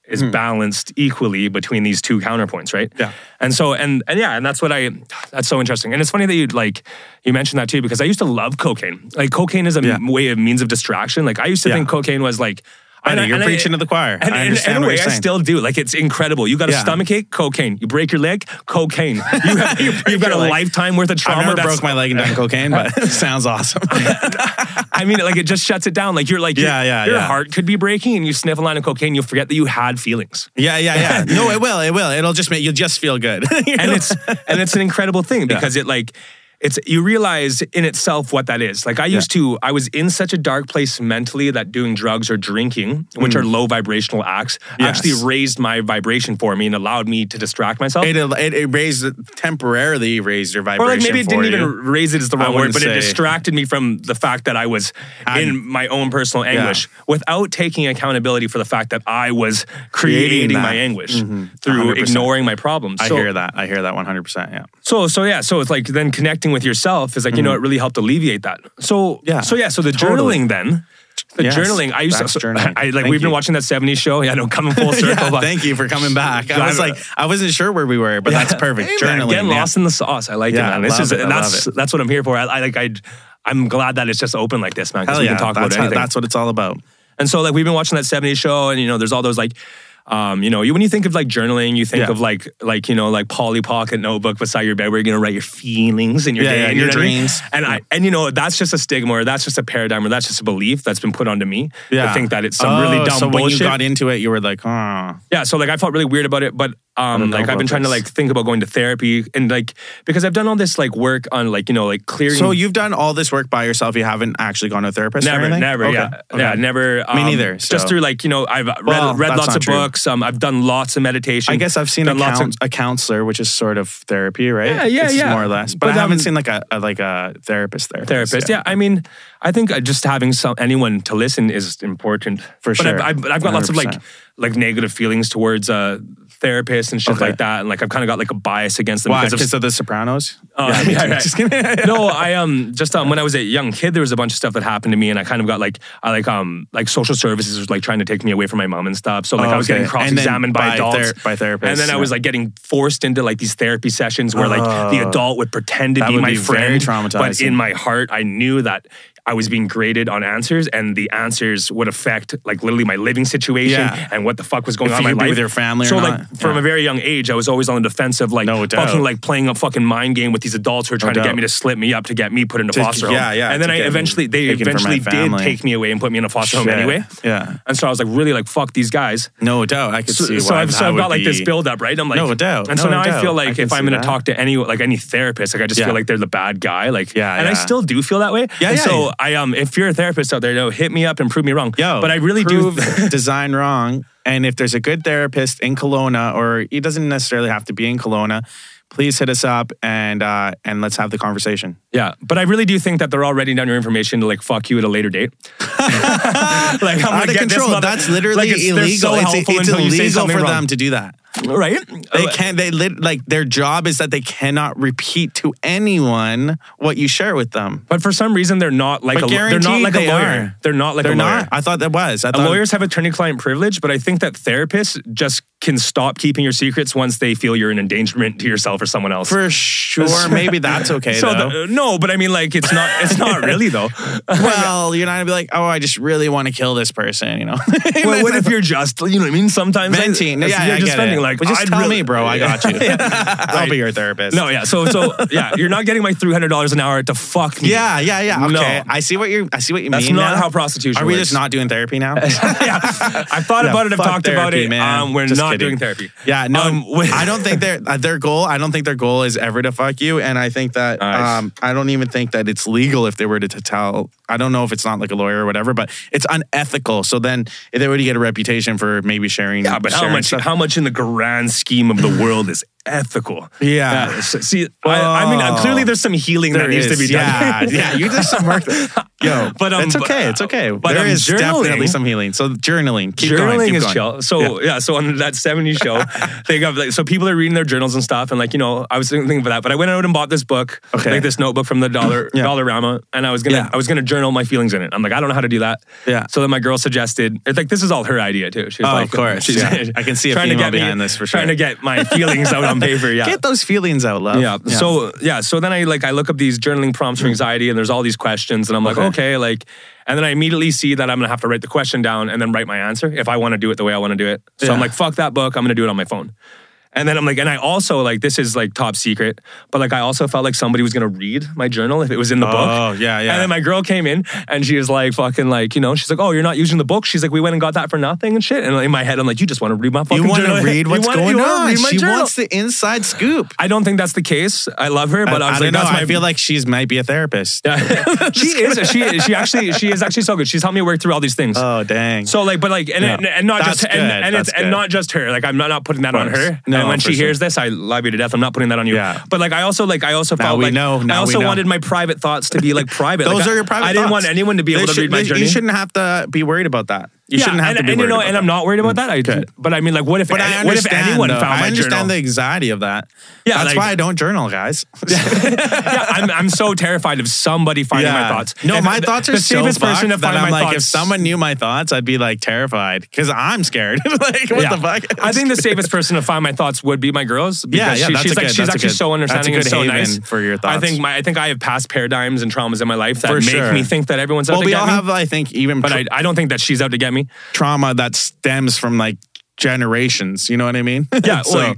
[SPEAKER 1] is balanced equally between these two counterpoints, right?
[SPEAKER 2] Yeah.
[SPEAKER 1] And so and and yeah, and that's what I that's so interesting. And it's funny that you like you mentioned that too because I used to love cocaine. Like cocaine is a
[SPEAKER 2] Yeah.
[SPEAKER 1] m- way of means of distraction. Like I used to
[SPEAKER 2] Yeah.
[SPEAKER 1] think cocaine was like
[SPEAKER 2] I know, you're preaching to the choir.
[SPEAKER 1] And,
[SPEAKER 2] I
[SPEAKER 1] and-
[SPEAKER 2] understand
[SPEAKER 1] and in a
[SPEAKER 2] what
[SPEAKER 1] way,
[SPEAKER 2] you're
[SPEAKER 1] I
[SPEAKER 2] saying.
[SPEAKER 1] still do. Like it's incredible. You got a
[SPEAKER 2] Yeah.
[SPEAKER 1] stomachache, cocaine. You break your leg, cocaine. You have, you have got
[SPEAKER 2] your
[SPEAKER 1] a
[SPEAKER 2] leg.
[SPEAKER 1] lifetime worth of trauma.
[SPEAKER 2] I've never
[SPEAKER 1] that's-
[SPEAKER 2] broke my leg and done cocaine, but it sounds awesome.
[SPEAKER 1] I mean, like it just shuts it down. Like you're like
[SPEAKER 2] Yeah,
[SPEAKER 1] your-
[SPEAKER 2] yeah,
[SPEAKER 1] your
[SPEAKER 2] yeah.
[SPEAKER 1] heart could be breaking, and you sniff a line of cocaine, you'll forget that you had feelings.
[SPEAKER 2] yeah, yeah, yeah. No, it will. It will. It'll just make you'll just feel good.
[SPEAKER 1] and it's and it's an incredible thing because it like it's you realize in itself what that is. Like I used to, I was in such a dark place mentally that doing drugs or drinking, which are low vibrational acts,
[SPEAKER 2] Mm. Yes.
[SPEAKER 1] actually raised my vibration for me and allowed me to distract myself.
[SPEAKER 2] it, it, it raised temporarily raised your vibration.
[SPEAKER 1] or like maybe it
[SPEAKER 2] for
[SPEAKER 1] didn't even
[SPEAKER 2] you.
[SPEAKER 1] raise it as the wrong word,
[SPEAKER 2] wouldn't
[SPEAKER 1] but it
[SPEAKER 2] say-
[SPEAKER 1] distracted me from the fact that I was
[SPEAKER 2] I'm-
[SPEAKER 1] in my own personal anguish without taking accountability for the fact that I was
[SPEAKER 2] Creating
[SPEAKER 1] creating
[SPEAKER 2] that. Mm-hmm.
[SPEAKER 1] my anguish through
[SPEAKER 2] 100%.
[SPEAKER 1] ignoring my problems.
[SPEAKER 2] I
[SPEAKER 1] So-
[SPEAKER 2] hear that. I hear that 100%. Yeah.
[SPEAKER 1] So so yeah, so it's like then connecting with yourself is like you know it really helped alleviate that. So
[SPEAKER 2] Mm-hmm. Yeah,
[SPEAKER 1] so yeah, so the
[SPEAKER 2] totally.
[SPEAKER 1] journaling then. The
[SPEAKER 2] Yes,
[SPEAKER 1] journaling, I used to,
[SPEAKER 2] that's
[SPEAKER 1] so-
[SPEAKER 2] journaling.
[SPEAKER 1] I like
[SPEAKER 2] Thank
[SPEAKER 1] we've
[SPEAKER 2] you.
[SPEAKER 1] been watching that '70s show. Yeah, no, coming full circle. but
[SPEAKER 2] Thank you for coming back. I was
[SPEAKER 1] I'm-
[SPEAKER 2] like, I wasn't sure where we were, but that's perfect.
[SPEAKER 1] Hey, man,
[SPEAKER 2] Journaling.
[SPEAKER 1] getting
[SPEAKER 2] yeah.
[SPEAKER 1] lost in the sauce. I like
[SPEAKER 2] Yeah,
[SPEAKER 1] it, man. This
[SPEAKER 2] love
[SPEAKER 1] is
[SPEAKER 2] it, I
[SPEAKER 1] and
[SPEAKER 2] love
[SPEAKER 1] that's that's what I'm here for. I, I like I. I'm glad that it's just open like this, man. Because
[SPEAKER 2] Hell
[SPEAKER 1] we
[SPEAKER 2] yeah.
[SPEAKER 1] can talk
[SPEAKER 2] that's,
[SPEAKER 1] about
[SPEAKER 2] how-
[SPEAKER 1] anything.
[SPEAKER 2] that's what it's all about.
[SPEAKER 1] And so like we've been watching that 70s show and you know there's all those like um, you know, you, when you think of like journaling, you think
[SPEAKER 2] Yeah.
[SPEAKER 1] of like like you know like Polly Pocket notebook beside your bed where you're gonna write your feelings and your
[SPEAKER 2] Yeah,
[SPEAKER 1] day
[SPEAKER 2] yeah,
[SPEAKER 1] and
[SPEAKER 2] your
[SPEAKER 1] know what I mean?
[SPEAKER 2] dreams.
[SPEAKER 1] And I and you know that's just a stigma or that's just a paradigm or that's just a belief that's been put onto me.
[SPEAKER 2] Yeah.
[SPEAKER 1] I think that it's some really
[SPEAKER 2] Oh,
[SPEAKER 1] dumb
[SPEAKER 2] so when you
[SPEAKER 1] bullshit.
[SPEAKER 2] got into it, you were like, oh.
[SPEAKER 1] Yeah, so like I felt really weird about it, but um,
[SPEAKER 2] know
[SPEAKER 1] like I've been
[SPEAKER 2] about
[SPEAKER 1] trying to
[SPEAKER 2] this.
[SPEAKER 1] like think about going to therapy and like because I've done all this like work on like you know like clearing.
[SPEAKER 2] So you've done all this work by yourself. You haven't actually gone to a therapist or
[SPEAKER 1] Mm. never,
[SPEAKER 2] anything?
[SPEAKER 1] never,
[SPEAKER 2] Okay,
[SPEAKER 1] yeah,
[SPEAKER 2] okay.
[SPEAKER 1] yeah, never. Um,
[SPEAKER 2] neither, so-
[SPEAKER 1] Just through like you know I've read,
[SPEAKER 2] Well,
[SPEAKER 1] read
[SPEAKER 2] that's
[SPEAKER 1] lots
[SPEAKER 2] not
[SPEAKER 1] of
[SPEAKER 2] true.
[SPEAKER 1] books. Um, I've done lots of meditation.
[SPEAKER 2] I guess I've seen a,
[SPEAKER 1] done lots
[SPEAKER 2] coun-
[SPEAKER 1] of.
[SPEAKER 2] a counselor, which is sort of therapy, right?
[SPEAKER 1] Yeah, yeah,
[SPEAKER 2] It's
[SPEAKER 1] yeah.
[SPEAKER 2] More or less. But,
[SPEAKER 1] But,
[SPEAKER 2] I haven't
[SPEAKER 1] um,
[SPEAKER 2] seen like a, a like a therapist therapist.
[SPEAKER 1] Therapist, yeah. I mean, I think uh, just having some anyone to listen is important
[SPEAKER 2] For
[SPEAKER 1] but
[SPEAKER 2] sure.
[SPEAKER 1] I've, I've, but I've got lots of like
[SPEAKER 2] 100%.
[SPEAKER 1] like negative feelings towards uh therapists and shit
[SPEAKER 2] Okay.
[SPEAKER 1] like that, and like I've kind of got like a bias against them
[SPEAKER 2] Why?
[SPEAKER 1] because of
[SPEAKER 2] Because of The Sopranos?
[SPEAKER 1] Uh,
[SPEAKER 2] me
[SPEAKER 1] yeah,
[SPEAKER 2] too.
[SPEAKER 1] right.
[SPEAKER 2] Oh, Just kidding.
[SPEAKER 1] no, I um just um when I was a young kid, there was a bunch of stuff that happened to me, and I kind of got like I like um like social services was like trying to take me away from my mom and stuff. So like
[SPEAKER 2] Oh,
[SPEAKER 1] I was
[SPEAKER 2] okay.
[SPEAKER 1] getting
[SPEAKER 2] And then
[SPEAKER 1] cross examined by,
[SPEAKER 2] by
[SPEAKER 1] adults,
[SPEAKER 2] ther- by therapists,
[SPEAKER 1] and then I was
[SPEAKER 2] yeah. Oh.
[SPEAKER 1] like getting forced into like these therapy sessions where like the adult would pretend to
[SPEAKER 2] That
[SPEAKER 1] be
[SPEAKER 2] would
[SPEAKER 1] my
[SPEAKER 2] be very
[SPEAKER 1] friend, but
[SPEAKER 2] traumatizing.
[SPEAKER 1] in my heart, I knew that. I was being graded on answers, and the answers would affect like literally my living situation
[SPEAKER 2] Yeah.
[SPEAKER 1] and what the fuck was going
[SPEAKER 2] If
[SPEAKER 1] on in my
[SPEAKER 2] you'd be
[SPEAKER 1] life
[SPEAKER 2] with your family or
[SPEAKER 1] So
[SPEAKER 2] not.
[SPEAKER 1] like from
[SPEAKER 2] Yeah.
[SPEAKER 1] a very young age, I was always on the defensive, like
[SPEAKER 2] No doubt.
[SPEAKER 1] fucking like playing a fucking mind game with these adults who are trying to
[SPEAKER 2] doubt.
[SPEAKER 1] get me to slip me up to get me put into
[SPEAKER 2] To-
[SPEAKER 1] foster home.
[SPEAKER 2] yeah, yeah,
[SPEAKER 1] And then
[SPEAKER 2] to
[SPEAKER 1] I
[SPEAKER 2] get me
[SPEAKER 1] eventually they
[SPEAKER 2] taken from my
[SPEAKER 1] eventually did
[SPEAKER 2] family.
[SPEAKER 1] take me away and put me in a foster home
[SPEAKER 2] Shit.
[SPEAKER 1] anyway.
[SPEAKER 2] Yeah.
[SPEAKER 1] And so I was like really like fuck these guys.
[SPEAKER 2] No doubt. I could
[SPEAKER 1] So,
[SPEAKER 2] see why
[SPEAKER 1] so I've, so
[SPEAKER 2] that
[SPEAKER 1] I've
[SPEAKER 2] would
[SPEAKER 1] got like this
[SPEAKER 2] be-
[SPEAKER 1] build up, right? I'm like,
[SPEAKER 2] No doubt.
[SPEAKER 1] And so
[SPEAKER 2] No
[SPEAKER 1] now I
[SPEAKER 2] doubt.
[SPEAKER 1] feel
[SPEAKER 2] I
[SPEAKER 1] like
[SPEAKER 2] can
[SPEAKER 1] if I'm
[SPEAKER 2] see
[SPEAKER 1] going
[SPEAKER 2] that.
[SPEAKER 1] to talk to any like any therapist, like I just
[SPEAKER 2] Yeah.
[SPEAKER 1] feel like they're the bad guy. Like,
[SPEAKER 2] Yeah,
[SPEAKER 1] and I
[SPEAKER 2] yeah.
[SPEAKER 1] still do feel that way.
[SPEAKER 2] Yeah,
[SPEAKER 1] and
[SPEAKER 2] yeah,
[SPEAKER 1] So
[SPEAKER 2] yeah.
[SPEAKER 1] I um, if you're a therapist out there, no, hit me up and prove me wrong.
[SPEAKER 2] Yo,
[SPEAKER 1] but I really
[SPEAKER 2] prove
[SPEAKER 1] do.
[SPEAKER 2] design wrong. And if there's a good therapist in Kelowna, or he doesn't necessarily have to be in Kelowna, please hit us up and uh, and let's have the conversation.
[SPEAKER 1] Yeah, but I really do think that they're all writing down your information to like fuck you at a later date. like I'm
[SPEAKER 2] Out of control. That's literally illegal.
[SPEAKER 1] They're so
[SPEAKER 2] it's
[SPEAKER 1] helpful
[SPEAKER 2] it's
[SPEAKER 1] until you say
[SPEAKER 2] illegal
[SPEAKER 1] something
[SPEAKER 2] for
[SPEAKER 1] wrong.
[SPEAKER 2] them to do that.
[SPEAKER 1] right?
[SPEAKER 2] They can't. They lit, like their job is that they cannot repeat to anyone what you share with them.
[SPEAKER 1] But for some reason, they're not like
[SPEAKER 2] But
[SPEAKER 1] a, lo- they're not
[SPEAKER 2] guaranteed
[SPEAKER 1] like a
[SPEAKER 2] they
[SPEAKER 1] lawyer.
[SPEAKER 2] are.
[SPEAKER 1] They're not like
[SPEAKER 2] They're
[SPEAKER 1] a lawyer.
[SPEAKER 2] not. I thought that was. I
[SPEAKER 1] Uh,
[SPEAKER 2] thought
[SPEAKER 1] Lawyers have attorney-client privilege, but I think that therapists just can stop keeping your secrets once they feel you're an endangerment to yourself or someone else.
[SPEAKER 2] for uh, sure. Maybe that's okay
[SPEAKER 1] so
[SPEAKER 2] though.
[SPEAKER 1] the- no, but I mean, like it's not. It's not really though.
[SPEAKER 2] well, you're not gonna be like, oh, I just really want to kill this person. You know.
[SPEAKER 1] well, what if you're just, you know what I mean? Sometimes I-
[SPEAKER 2] venting.
[SPEAKER 1] you're
[SPEAKER 2] yeah, I
[SPEAKER 1] just
[SPEAKER 2] get
[SPEAKER 1] venting.
[SPEAKER 2] it.
[SPEAKER 1] Like,
[SPEAKER 2] But just
[SPEAKER 1] I'd
[SPEAKER 2] tell
[SPEAKER 1] really-
[SPEAKER 2] me, bro. I got you. I'll
[SPEAKER 1] Right.
[SPEAKER 2] be your therapist.
[SPEAKER 1] No, yeah. So, so yeah, you're not getting my three hundred dollars an hour to fuck me.
[SPEAKER 2] Yeah, yeah, yeah. Okay,
[SPEAKER 1] No.
[SPEAKER 2] I see what you. I see what you
[SPEAKER 1] That's
[SPEAKER 2] mean.
[SPEAKER 1] not
[SPEAKER 2] now.
[SPEAKER 1] how prostitution
[SPEAKER 2] Are we
[SPEAKER 1] works.
[SPEAKER 2] just not doing therapy now?
[SPEAKER 1] yeah. I've thought
[SPEAKER 2] Yeah,
[SPEAKER 1] about it. I've
[SPEAKER 2] fuck
[SPEAKER 1] talked about
[SPEAKER 2] therapy,
[SPEAKER 1] it.
[SPEAKER 2] man.
[SPEAKER 1] Um, we're
[SPEAKER 2] Just
[SPEAKER 1] not
[SPEAKER 2] kidding.
[SPEAKER 1] doing therapy.
[SPEAKER 2] Yeah, no,
[SPEAKER 1] Um, we-
[SPEAKER 2] I don't think their uh, their goal. I don't think their goal is ever to fuck you, and I think that
[SPEAKER 1] Nice.
[SPEAKER 2] um, I don't even think that it's legal if they were to, to tell. I don't know if it's not like a lawyer or whatever, but it's unethical. So then they would get a reputation for maybe sharing.
[SPEAKER 1] Yeah, but how
[SPEAKER 2] sharing
[SPEAKER 1] much?
[SPEAKER 2] stuff.
[SPEAKER 1] How much in the grand scheme of the world is ethical?
[SPEAKER 2] Yeah.
[SPEAKER 1] so- see, I, I mean, uh,
[SPEAKER 2] Oh.
[SPEAKER 1] clearly there's some healing that needs to be done.
[SPEAKER 2] Yeah, yeah. You did some work. Yo,
[SPEAKER 1] But, um,
[SPEAKER 2] it's okay. It's okay.
[SPEAKER 1] but,
[SPEAKER 2] there
[SPEAKER 1] um,
[SPEAKER 2] is definitely
[SPEAKER 1] journaling-
[SPEAKER 2] some healing. So journaling, keep
[SPEAKER 1] journaling
[SPEAKER 2] going, keep
[SPEAKER 1] is
[SPEAKER 2] going.
[SPEAKER 1] chill. So yeah. so on that 70s show, they got like so people are reading their journals and stuff, and like you know, I was thinking for that, but I went out and bought this book,
[SPEAKER 2] Okay.
[SPEAKER 1] like this notebook from the dollar
[SPEAKER 2] Yeah.
[SPEAKER 1] Dollarama, and I was gonna
[SPEAKER 2] Yeah.
[SPEAKER 1] I was gonna journal my feelings in it. I'm like, I don't know how to do that.
[SPEAKER 2] Yeah.
[SPEAKER 1] So then my girl suggested, it's like this is all her idea too. She was
[SPEAKER 2] Oh,
[SPEAKER 1] like,
[SPEAKER 2] of course, yeah. I can see a
[SPEAKER 1] trying to
[SPEAKER 2] female
[SPEAKER 1] get me-
[SPEAKER 2] behind this for
[SPEAKER 1] Trying to
[SPEAKER 2] sure.
[SPEAKER 1] get my feelings out on paper. Yeah.
[SPEAKER 2] Get those feelings out, love. Mm.
[SPEAKER 1] Yeah. So yeah. So then I like I look up these journaling prompts for anxiety, and there's all these questions, and I'm like, okay.
[SPEAKER 2] Okay.
[SPEAKER 1] like, and then I immediately see that I'm gonna have to write the question down and then write my answer if I want to do it the way I want to do it. So I'm
[SPEAKER 2] Yeah.
[SPEAKER 1] like, fuck that book. I'm gonna do it on my phone. And then I'm like, and I also like this is like top secret, but like I also felt like somebody was gonna read my journal if it was in the
[SPEAKER 2] Oh,
[SPEAKER 1] book.
[SPEAKER 2] yeah, yeah.
[SPEAKER 1] And then my girl came in and she was like, fucking like, you know, she's like, oh, you're not using the book. She's like, we went and got that for nothing and shit. And in my head, I'm like, you just want to read my fucking
[SPEAKER 2] you want
[SPEAKER 1] journal.
[SPEAKER 2] to read what's
[SPEAKER 1] wanna-
[SPEAKER 2] going
[SPEAKER 1] you wanna
[SPEAKER 2] on?
[SPEAKER 1] read my
[SPEAKER 2] She
[SPEAKER 1] journal.
[SPEAKER 2] wants the inside scoop.
[SPEAKER 1] I don't think that's the case. I love her, but I,
[SPEAKER 2] I,
[SPEAKER 1] was
[SPEAKER 2] don't
[SPEAKER 1] like,
[SPEAKER 2] know.
[SPEAKER 1] that's my.
[SPEAKER 2] I feel like she's might be a therapist.
[SPEAKER 1] Yeah. she is. She she actually she is actually so good. She's helped me work through all these things.
[SPEAKER 2] Oh dang.
[SPEAKER 1] so like, but like, and
[SPEAKER 2] Yeah.
[SPEAKER 1] and, and not
[SPEAKER 2] That's
[SPEAKER 1] just and,
[SPEAKER 2] good.
[SPEAKER 1] and it's
[SPEAKER 2] That's
[SPEAKER 1] and
[SPEAKER 2] good.
[SPEAKER 1] not just her. Like, I'm not, not putting that on
[SPEAKER 2] course.
[SPEAKER 1] her.
[SPEAKER 2] No,
[SPEAKER 1] and when
[SPEAKER 2] for
[SPEAKER 1] she
[SPEAKER 2] sure.
[SPEAKER 1] hears this, I love you to death. I'm not putting that on you.
[SPEAKER 2] Yeah.
[SPEAKER 1] But like, I also like, I also felt
[SPEAKER 2] we
[SPEAKER 1] like
[SPEAKER 2] know.
[SPEAKER 1] I
[SPEAKER 2] Now we
[SPEAKER 1] also
[SPEAKER 2] know.
[SPEAKER 1] wanted my private thoughts to be like private.
[SPEAKER 2] those
[SPEAKER 1] Like, I-
[SPEAKER 2] are your private.
[SPEAKER 1] I didn't want
[SPEAKER 2] thoughts.
[SPEAKER 1] anyone to be
[SPEAKER 2] They
[SPEAKER 1] able to
[SPEAKER 2] should-
[SPEAKER 1] read my
[SPEAKER 2] they-
[SPEAKER 1] journey.
[SPEAKER 2] You shouldn't have to be worried about that. You shouldn't have
[SPEAKER 1] and,
[SPEAKER 2] to be
[SPEAKER 1] and
[SPEAKER 2] worried
[SPEAKER 1] you know,
[SPEAKER 2] about
[SPEAKER 1] and
[SPEAKER 2] that.
[SPEAKER 1] I'm not worried about that. I,
[SPEAKER 2] Okay.
[SPEAKER 1] But I mean, like, what if?
[SPEAKER 2] But I
[SPEAKER 1] what if
[SPEAKER 2] understand.
[SPEAKER 1] anyone
[SPEAKER 2] though.
[SPEAKER 1] found
[SPEAKER 2] I
[SPEAKER 1] my
[SPEAKER 2] understand
[SPEAKER 1] journal?
[SPEAKER 2] the anxiety of that.
[SPEAKER 1] Yeah,
[SPEAKER 2] that's
[SPEAKER 1] like-
[SPEAKER 2] why I don't journal, guys.
[SPEAKER 1] yeah, I'm, I'm so terrified of somebody finding my thoughts.
[SPEAKER 2] No,
[SPEAKER 1] If-
[SPEAKER 2] my thoughts are
[SPEAKER 1] the
[SPEAKER 2] so
[SPEAKER 1] safest person to
[SPEAKER 2] fucked that
[SPEAKER 1] find
[SPEAKER 2] I'm
[SPEAKER 1] my
[SPEAKER 2] like,
[SPEAKER 1] thoughts.
[SPEAKER 2] if someone knew my thoughts, I'd be like terrified because I'm scared. like, what
[SPEAKER 1] Yeah.
[SPEAKER 2] the fuck?
[SPEAKER 1] I think the safest person to find my thoughts would be my girls. Because
[SPEAKER 2] Yeah, yeah,
[SPEAKER 1] she-
[SPEAKER 2] that's
[SPEAKER 1] she's
[SPEAKER 2] a
[SPEAKER 1] like
[SPEAKER 2] good-
[SPEAKER 1] she's
[SPEAKER 2] that's a
[SPEAKER 1] actually
[SPEAKER 2] good-
[SPEAKER 1] so understanding
[SPEAKER 2] that's a
[SPEAKER 1] and
[SPEAKER 2] good
[SPEAKER 1] so
[SPEAKER 2] haven
[SPEAKER 1] nice
[SPEAKER 2] for your
[SPEAKER 1] I
[SPEAKER 2] thoughts.
[SPEAKER 1] think my I think I have past paradigms and traumas in my life that
[SPEAKER 2] For
[SPEAKER 1] make
[SPEAKER 2] sure.
[SPEAKER 1] me think that everyone's out
[SPEAKER 2] well,
[SPEAKER 1] to
[SPEAKER 2] we
[SPEAKER 1] get
[SPEAKER 2] all
[SPEAKER 1] me.
[SPEAKER 2] have, I think, even
[SPEAKER 1] but
[SPEAKER 2] tra-
[SPEAKER 1] I, I don't think that she's out to get me.
[SPEAKER 2] trauma that stems from like generations. You know what I mean?
[SPEAKER 1] Yeah, well,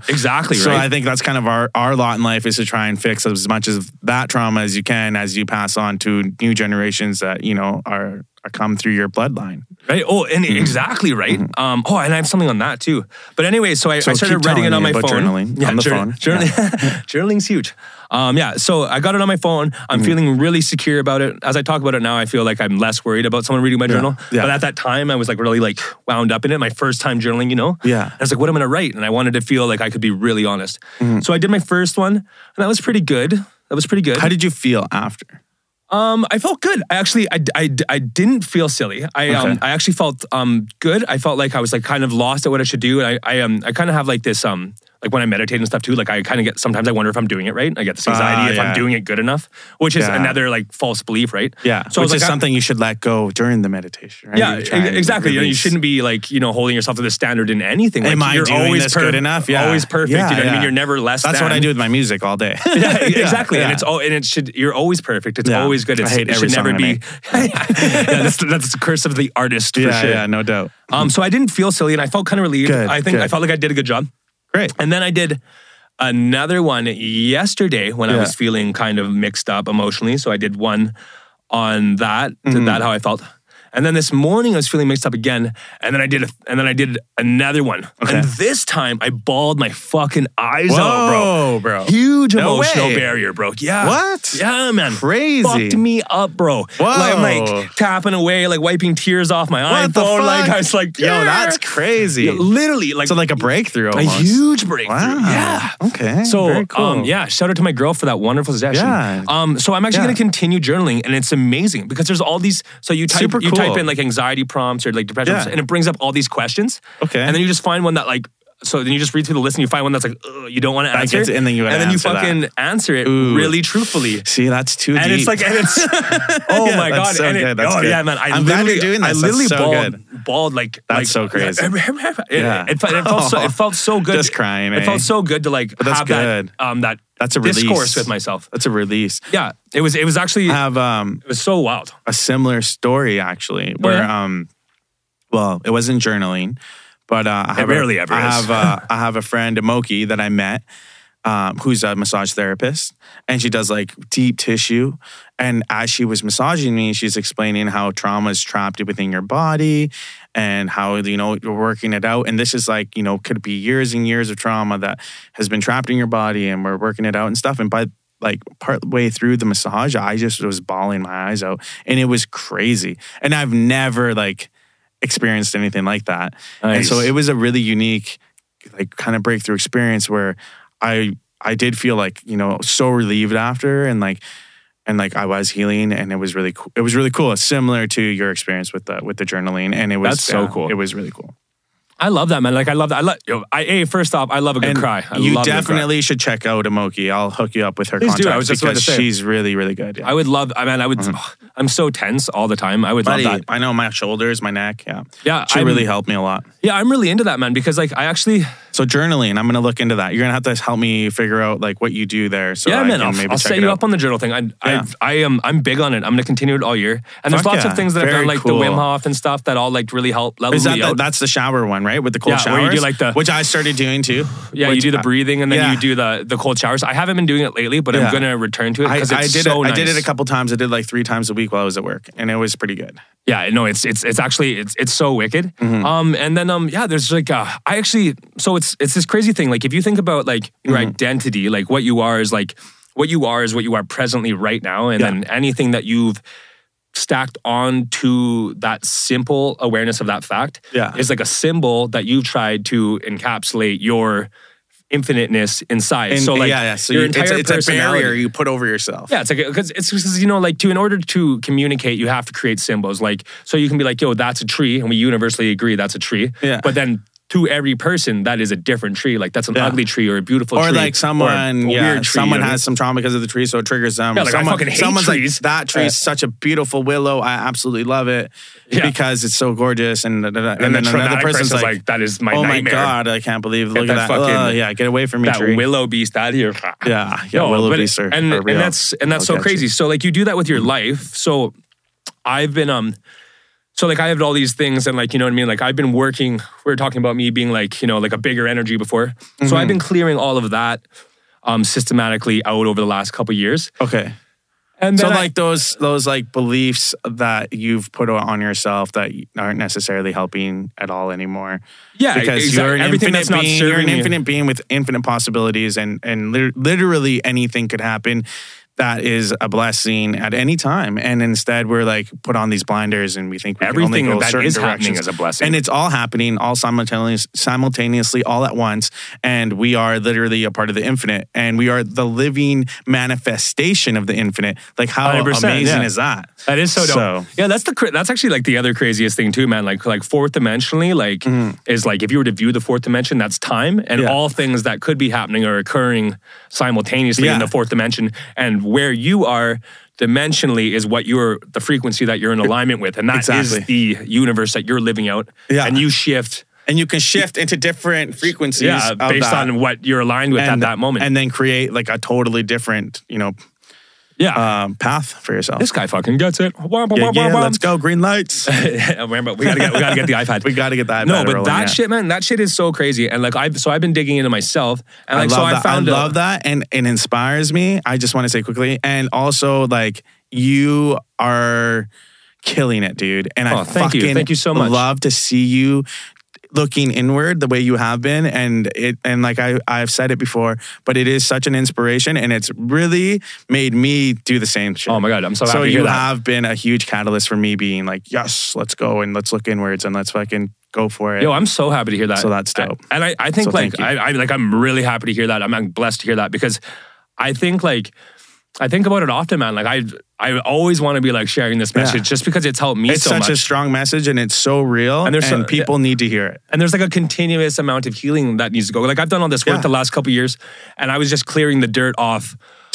[SPEAKER 1] exactly,
[SPEAKER 2] So
[SPEAKER 1] right?
[SPEAKER 2] I think that's kind of our our lot in life is to try and fix as much of that trauma as you can as you pass on to new generations that you know are, are come through your bloodline.
[SPEAKER 1] Right? Oh, and
[SPEAKER 2] Mm-hmm.
[SPEAKER 1] exactly right. Um, oh, and I have something on that too. But anyway, so I, I started
[SPEAKER 2] keep
[SPEAKER 1] writing it
[SPEAKER 2] telling
[SPEAKER 1] on my
[SPEAKER 2] me
[SPEAKER 1] phone.
[SPEAKER 2] about journaling on the phone.
[SPEAKER 1] journaling- journaling's huge. Um, yeah, so I got it on my phone. I'm
[SPEAKER 2] Mm-hmm.
[SPEAKER 1] feeling really secure about it. As I talk about it now, I feel like I'm less worried about someone reading my journal.
[SPEAKER 2] Yeah.
[SPEAKER 1] But at that time, I was like really like wound up in it. My first time journaling, you know.
[SPEAKER 2] Yeah.
[SPEAKER 1] And I was like, what am I gonna write? And I wanted to feel like I could be really honest.
[SPEAKER 2] Mm-hmm.
[SPEAKER 1] So I did my first one, and that was pretty good. That was pretty good.
[SPEAKER 2] How did you feel after?
[SPEAKER 1] Um, I felt good. I actually, I, I, I didn't feel silly. I, um,
[SPEAKER 2] Okay.
[SPEAKER 1] I actually felt um good. I felt like I was like kind of lost at what I should do. And I, I um, I kind of have like this um, like when I meditate and stuff too. Like I kind of get sometimes I wonder if I'm doing it right. I get this anxiety
[SPEAKER 2] Ah,
[SPEAKER 1] if I'm
[SPEAKER 2] yeah.
[SPEAKER 1] doing it good enough, which is
[SPEAKER 2] Yeah.
[SPEAKER 1] another like false belief, right?
[SPEAKER 2] Yeah,
[SPEAKER 1] So
[SPEAKER 2] which
[SPEAKER 1] I was like,
[SPEAKER 2] is
[SPEAKER 1] I-
[SPEAKER 2] something you should let go during the meditation. Right?
[SPEAKER 1] yeah,
[SPEAKER 2] You try and
[SPEAKER 1] e- exactly. You, know, you
[SPEAKER 2] release.
[SPEAKER 1] shouldn't be like you know holding yourself to this standard in anything. Like,
[SPEAKER 2] Am I
[SPEAKER 1] you're
[SPEAKER 2] doing
[SPEAKER 1] always
[SPEAKER 2] this
[SPEAKER 1] per-
[SPEAKER 2] good enough? Yeah,
[SPEAKER 1] always perfect.
[SPEAKER 2] Yeah,
[SPEAKER 1] you know what I mean?
[SPEAKER 2] yeah.
[SPEAKER 1] You're never less.
[SPEAKER 2] That's
[SPEAKER 1] than.
[SPEAKER 2] what I do with my music all day.
[SPEAKER 1] Yeah, exactly. And
[SPEAKER 2] yeah.
[SPEAKER 1] it's all and it should you're always perfect. It's
[SPEAKER 2] Yeah.
[SPEAKER 1] always good.
[SPEAKER 2] I
[SPEAKER 1] It's,
[SPEAKER 2] hate
[SPEAKER 1] it
[SPEAKER 2] every
[SPEAKER 1] should never
[SPEAKER 2] song I
[SPEAKER 1] be
[SPEAKER 2] make.
[SPEAKER 1] yeah, that's, that's the curse of the artist for
[SPEAKER 2] yeah,
[SPEAKER 1] sure.
[SPEAKER 2] yeah, no doubt.
[SPEAKER 1] Um so I didn't feel silly and I felt kind of relieved.
[SPEAKER 2] Good,
[SPEAKER 1] I think I
[SPEAKER 2] good.
[SPEAKER 1] felt like I did a good job.
[SPEAKER 2] Great.
[SPEAKER 1] And then I did another one yesterday when I
[SPEAKER 2] Yeah.
[SPEAKER 1] was feeling kind of mixed up emotionally. So I did one on that,
[SPEAKER 2] Mm-hmm.
[SPEAKER 1] did that how I felt. And then this morning I was feeling mixed up again, and then I did a, and then I did another one. And this time I bawled my fucking eyes out, bro.
[SPEAKER 2] Whoa, bro.
[SPEAKER 1] Huge
[SPEAKER 2] No
[SPEAKER 1] emotional
[SPEAKER 2] way.
[SPEAKER 1] barrier, bro. Yeah.
[SPEAKER 2] What?
[SPEAKER 1] Yeah, man.
[SPEAKER 2] Crazy.
[SPEAKER 1] Fucked me up, bro.
[SPEAKER 2] Whoa.
[SPEAKER 1] Like, I'm like tapping away, like wiping tears off my
[SPEAKER 2] What
[SPEAKER 1] iPhone.
[SPEAKER 2] the fuck?
[SPEAKER 1] Like I was like,
[SPEAKER 2] yo, that's
[SPEAKER 1] yeah.
[SPEAKER 2] crazy.
[SPEAKER 1] Literally, like
[SPEAKER 2] so like a breakthrough,
[SPEAKER 1] a
[SPEAKER 2] almost.
[SPEAKER 1] huge breakthrough.
[SPEAKER 2] Wow.
[SPEAKER 1] Yeah.
[SPEAKER 2] Okay.
[SPEAKER 1] So
[SPEAKER 2] Hmm, Very cool.
[SPEAKER 1] um, yeah, shout out to my girl for that wonderful suggestion.
[SPEAKER 2] Yeah.
[SPEAKER 1] Um, so I'm actually
[SPEAKER 2] Yeah.
[SPEAKER 1] gonna continue journaling, and it's amazing because there's all these. So you type
[SPEAKER 2] Super
[SPEAKER 1] you type
[SPEAKER 2] cool.
[SPEAKER 1] in like anxiety prompts or like depression,
[SPEAKER 2] Yeah.
[SPEAKER 1] prompts, and it brings up all these questions.
[SPEAKER 2] Okay.
[SPEAKER 1] And then you just find one that like. So then you just read through the list and you find one that's like "Ugh, you don't want to answer,
[SPEAKER 2] gets- and then you gotta answer that.
[SPEAKER 1] fucking answer it
[SPEAKER 2] Ooh.
[SPEAKER 1] really truthfully.
[SPEAKER 2] See, that's too
[SPEAKER 1] And
[SPEAKER 2] deep.
[SPEAKER 1] it's like, and it's, oh
[SPEAKER 2] Yeah,
[SPEAKER 1] my
[SPEAKER 2] that's
[SPEAKER 1] god,
[SPEAKER 2] so
[SPEAKER 1] and it-
[SPEAKER 2] good, that's
[SPEAKER 1] oh
[SPEAKER 2] good.
[SPEAKER 1] yeah, man, I
[SPEAKER 2] I'm glad you're
[SPEAKER 1] literally,
[SPEAKER 2] doing
[SPEAKER 1] I
[SPEAKER 2] this, that's
[SPEAKER 1] literally
[SPEAKER 2] so
[SPEAKER 1] bawled,
[SPEAKER 2] good.
[SPEAKER 1] bawled like
[SPEAKER 2] That's
[SPEAKER 1] like-
[SPEAKER 2] so crazy.
[SPEAKER 1] It,
[SPEAKER 2] Yeah.
[SPEAKER 1] it, felt- it felt so, it felt so good.
[SPEAKER 2] Just crying,
[SPEAKER 1] It
[SPEAKER 2] eh?
[SPEAKER 1] felt so good to like
[SPEAKER 2] that's
[SPEAKER 1] have
[SPEAKER 2] good.
[SPEAKER 1] that um that
[SPEAKER 2] That's a release.
[SPEAKER 1] discourse with myself.
[SPEAKER 2] That's a release.
[SPEAKER 1] Yeah, it was it was actually
[SPEAKER 2] I have um
[SPEAKER 1] it was so wild.
[SPEAKER 2] a similar story actually, where
[SPEAKER 1] yeah?
[SPEAKER 2] um, well, it wasn't journaling, but uh, I have
[SPEAKER 1] rarely
[SPEAKER 2] a,
[SPEAKER 1] ever
[SPEAKER 2] I
[SPEAKER 1] is.
[SPEAKER 2] have uh, I have a friend Moki that I met. Um, who's a massage therapist and she does like deep tissue and as she was massaging me she's explaining how trauma is trapped within your body and how you know you're working it out and this is like you know could be years and years of trauma that has been trapped in your body and we're working it out and stuff and by like part way through the massage i just was bawling my eyes out and it was crazy and i've never like experienced anything like that and
[SPEAKER 1] Nice.
[SPEAKER 2] so it was a really unique like kind of breakthrough experience where i i did feel like you know so relieved after and like and like I was healing, and it was really cool. It was really cool. It's similar to your experience with the with the journaling, and it was
[SPEAKER 1] That's so cool.
[SPEAKER 2] It was really cool.
[SPEAKER 1] I love that, man. Like, I love that. I love, yo, I, hey, first off, I love a good
[SPEAKER 2] And
[SPEAKER 1] cry. I
[SPEAKER 2] you
[SPEAKER 1] love a good cry.
[SPEAKER 2] definitely should check out Amoki. I'll hook you up with her
[SPEAKER 1] Please
[SPEAKER 2] contact
[SPEAKER 1] do. I was just about to
[SPEAKER 2] because
[SPEAKER 1] say.
[SPEAKER 2] she's really really good. Yeah.
[SPEAKER 1] I would love, I mean, I would, I'm so tense all the time. I would
[SPEAKER 2] Mm-hmm. Buddy,
[SPEAKER 1] love that.
[SPEAKER 2] I know my shoulders, my neck. Yeah,
[SPEAKER 1] Yeah,
[SPEAKER 2] She
[SPEAKER 1] I'm-
[SPEAKER 2] really helped me a lot.
[SPEAKER 1] Yeah, I'm really into that, man, because like, I actually,
[SPEAKER 2] So journaling, I'm gonna look into that. You're gonna have to help me figure out like what you do there, so
[SPEAKER 1] yeah,
[SPEAKER 2] I
[SPEAKER 1] man,
[SPEAKER 2] can
[SPEAKER 1] I'll,
[SPEAKER 2] maybe
[SPEAKER 1] I'll
[SPEAKER 2] check
[SPEAKER 1] set
[SPEAKER 2] it
[SPEAKER 1] you
[SPEAKER 2] out.
[SPEAKER 1] up on the journal thing. I,
[SPEAKER 2] Yeah.
[SPEAKER 1] I, I am, I'm big on it. I'm going to continue it all year. And there's
[SPEAKER 2] Fuck
[SPEAKER 1] lots
[SPEAKER 2] yeah.
[SPEAKER 1] of things that I've
[SPEAKER 2] Very
[SPEAKER 1] done, like
[SPEAKER 2] cool.
[SPEAKER 1] the Wim Hof and stuff that all like really help level
[SPEAKER 2] Is that
[SPEAKER 1] me
[SPEAKER 2] the,
[SPEAKER 1] out.
[SPEAKER 2] that's the shower one, right? With the cold
[SPEAKER 1] Yeah,
[SPEAKER 2] showers,
[SPEAKER 1] where you do, like, the-
[SPEAKER 2] which I started doing too.
[SPEAKER 1] yeah,
[SPEAKER 2] Which
[SPEAKER 1] you do the
[SPEAKER 2] I-
[SPEAKER 1] breathing and then
[SPEAKER 2] yeah.
[SPEAKER 1] you do the the cold showers. I haven't been doing it lately, but I'm
[SPEAKER 2] Yeah.
[SPEAKER 1] going to return to it
[SPEAKER 2] I,
[SPEAKER 1] because it's
[SPEAKER 2] I did
[SPEAKER 1] so
[SPEAKER 2] it.
[SPEAKER 1] nice.
[SPEAKER 2] I did it a couple times. I did like three times a week while I was at work, and it was pretty good.
[SPEAKER 1] Yeah, no, it's it's it's actually it's it's so wicked.
[SPEAKER 2] Mm-hmm.
[SPEAKER 1] Um, and then um, yeah, there's like uh, I actually so it's it's this crazy thing. Like if you think about like your
[SPEAKER 2] Mm-hmm.
[SPEAKER 1] identity, like what you are is like what you are is what you are presently right now, and
[SPEAKER 2] Yeah.
[SPEAKER 1] then anything that you've stacked on to that simple awareness of that fact
[SPEAKER 2] Yeah.
[SPEAKER 1] is like a symbol that you've tried to encapsulate your infiniteness inside.
[SPEAKER 2] And-
[SPEAKER 1] so like
[SPEAKER 2] yeah, yeah. So
[SPEAKER 1] your
[SPEAKER 2] you, it's,
[SPEAKER 1] entire
[SPEAKER 2] a- it's a
[SPEAKER 1] personality-
[SPEAKER 2] barrier you put over yourself.
[SPEAKER 1] yeah, it's like because it's because you know, like to in order to communicate, you have to create symbols. Like so, you can be like, "Yo, that's a tree," and we universally agree that's a tree.
[SPEAKER 2] Yeah.
[SPEAKER 1] But then to every person, that is a different tree. Like that's an
[SPEAKER 2] Yeah.
[SPEAKER 1] ugly tree or a beautiful
[SPEAKER 2] Or
[SPEAKER 1] tree,
[SPEAKER 2] like someone,
[SPEAKER 1] or a
[SPEAKER 2] yeah,
[SPEAKER 1] weird tree,
[SPEAKER 2] someone
[SPEAKER 1] you know?
[SPEAKER 2] has some trauma because of the tree, so it triggers them.
[SPEAKER 1] Yeah, like, I
[SPEAKER 2] someone,
[SPEAKER 1] fucking hate
[SPEAKER 2] someone's
[SPEAKER 1] trees.
[SPEAKER 2] like, that tree's such a beautiful willow. I absolutely love it
[SPEAKER 1] Yeah.
[SPEAKER 2] because it's so gorgeous. And, da- da- da. and,
[SPEAKER 1] And,
[SPEAKER 2] then
[SPEAKER 1] the
[SPEAKER 2] another person's like,
[SPEAKER 1] "That is my
[SPEAKER 2] oh my
[SPEAKER 1] nightmare.
[SPEAKER 2] god, I can't believe. Look
[SPEAKER 1] that
[SPEAKER 2] at that.
[SPEAKER 1] fucking-
[SPEAKER 2] Ugh, yeah, get away from me,
[SPEAKER 1] that
[SPEAKER 2] tree.
[SPEAKER 1] willow beast out here."
[SPEAKER 2] yeah, yeah,
[SPEAKER 1] No,
[SPEAKER 2] willow
[SPEAKER 1] but-
[SPEAKER 2] beasts are,
[SPEAKER 1] and
[SPEAKER 2] are real.
[SPEAKER 1] and that's and that's
[SPEAKER 2] They'll
[SPEAKER 1] so
[SPEAKER 2] get you.
[SPEAKER 1] crazy. So like you do that with your life. So I've been um so like I have all these things and like you know what I mean like I've been working we were talking about me being like you know like a bigger energy before. So
[SPEAKER 2] Mm-hmm.
[SPEAKER 1] I've been clearing all of that um systematically out over the last couple years.
[SPEAKER 2] Okay.
[SPEAKER 1] And
[SPEAKER 2] So
[SPEAKER 1] then I-
[SPEAKER 2] like those those like beliefs that you've put on yourself that aren't necessarily helping at all anymore.
[SPEAKER 1] yeah,
[SPEAKER 2] because
[SPEAKER 1] exact-
[SPEAKER 2] you're an
[SPEAKER 1] everything
[SPEAKER 2] infinite
[SPEAKER 1] that's not
[SPEAKER 2] being.
[SPEAKER 1] serving
[SPEAKER 2] You're an
[SPEAKER 1] you.
[SPEAKER 2] infinite being with infinite possibilities, and and lit- literally anything could happen. That is a blessing at any time, and instead we're like put on these blinders, and we think we
[SPEAKER 1] Everything
[SPEAKER 2] can only go
[SPEAKER 1] that
[SPEAKER 2] certain
[SPEAKER 1] is happening
[SPEAKER 2] directions.
[SPEAKER 1] is a blessing.
[SPEAKER 2] and it's all happening all simultaneous, simultaneously, all at once. And we are literally a part of the infinite, and we are the living manifestation of the infinite. Like how
[SPEAKER 1] 100%,
[SPEAKER 2] amazing
[SPEAKER 1] yeah.
[SPEAKER 2] is that?
[SPEAKER 1] That is so dope.
[SPEAKER 2] So-
[SPEAKER 1] yeah, that's the cra- that's actually like the other craziest thing too, man. Like like fourth dimensionally, like is like if you were to view the fourth dimension, that's time and
[SPEAKER 2] Mm-hmm. Yeah.
[SPEAKER 1] all things that could be happening are occurring simultaneously in
[SPEAKER 2] Yeah.
[SPEAKER 1] the fourth dimension. And where you are dimensionally is what you're the frequency that you're in alignment with, and that is
[SPEAKER 2] Exactly.
[SPEAKER 1] the universe that you're living out.
[SPEAKER 2] Yeah.
[SPEAKER 1] and you shift.
[SPEAKER 2] And you can shift into different frequencies.
[SPEAKER 1] Yeah,
[SPEAKER 2] of
[SPEAKER 1] based
[SPEAKER 2] that.
[SPEAKER 1] on what you're aligned with at that moment.
[SPEAKER 2] and then create like a totally different, you know,
[SPEAKER 1] yeah,
[SPEAKER 2] um, path for yourself.
[SPEAKER 1] this guy fucking gets it. Wah, wah,
[SPEAKER 2] yeah,
[SPEAKER 1] wah,
[SPEAKER 2] yeah,
[SPEAKER 1] wah, wah.
[SPEAKER 2] let's go, green lights.
[SPEAKER 1] Remember, we gotta get we gotta get the iPad.
[SPEAKER 2] we got to get that.
[SPEAKER 1] No,
[SPEAKER 2] iPad
[SPEAKER 1] but
[SPEAKER 2] rolling,
[SPEAKER 1] that
[SPEAKER 2] yeah.
[SPEAKER 1] shit, man, that shit is so crazy. And like I've so I've been digging into myself, and
[SPEAKER 2] I
[SPEAKER 1] like
[SPEAKER 2] love
[SPEAKER 1] so
[SPEAKER 2] that.
[SPEAKER 1] I found
[SPEAKER 2] I
[SPEAKER 1] a-
[SPEAKER 2] love that, and it inspires me. I just want to say quickly, and also like you are killing it, dude. And I
[SPEAKER 1] Oh, thank you.
[SPEAKER 2] fucking
[SPEAKER 1] Thank you so much.
[SPEAKER 2] Love to see you looking inward the way you have been and it and like I I've said it before but it is such an inspiration and it's really made me do the same shit.
[SPEAKER 1] Oh my god, I'm so,
[SPEAKER 2] so
[SPEAKER 1] happy to
[SPEAKER 2] you
[SPEAKER 1] hear that.
[SPEAKER 2] have been a huge catalyst for me being like, yes, let's go and let's look inwards and let's fucking go for it.
[SPEAKER 1] Yo, I'm so happy to hear that.
[SPEAKER 2] So that's dope.
[SPEAKER 1] I- and I, I think
[SPEAKER 2] So
[SPEAKER 1] like
[SPEAKER 2] thank you.
[SPEAKER 1] I, I like I'm really happy to hear that. I'm, I'm blessed to hear that because I think like I think about it often, man. Like I I always want to be like sharing this
[SPEAKER 2] Yeah.
[SPEAKER 1] message just because it's helped me
[SPEAKER 2] it's
[SPEAKER 1] so
[SPEAKER 2] such
[SPEAKER 1] much.
[SPEAKER 2] a strong message and it's so real
[SPEAKER 1] And
[SPEAKER 2] and,
[SPEAKER 1] there's so-
[SPEAKER 2] people need to hear it.
[SPEAKER 1] and there's like a continuous amount of healing that needs to go. Like I've done all this work
[SPEAKER 2] Yeah.
[SPEAKER 1] the last couple years, and I was just clearing the dirt off.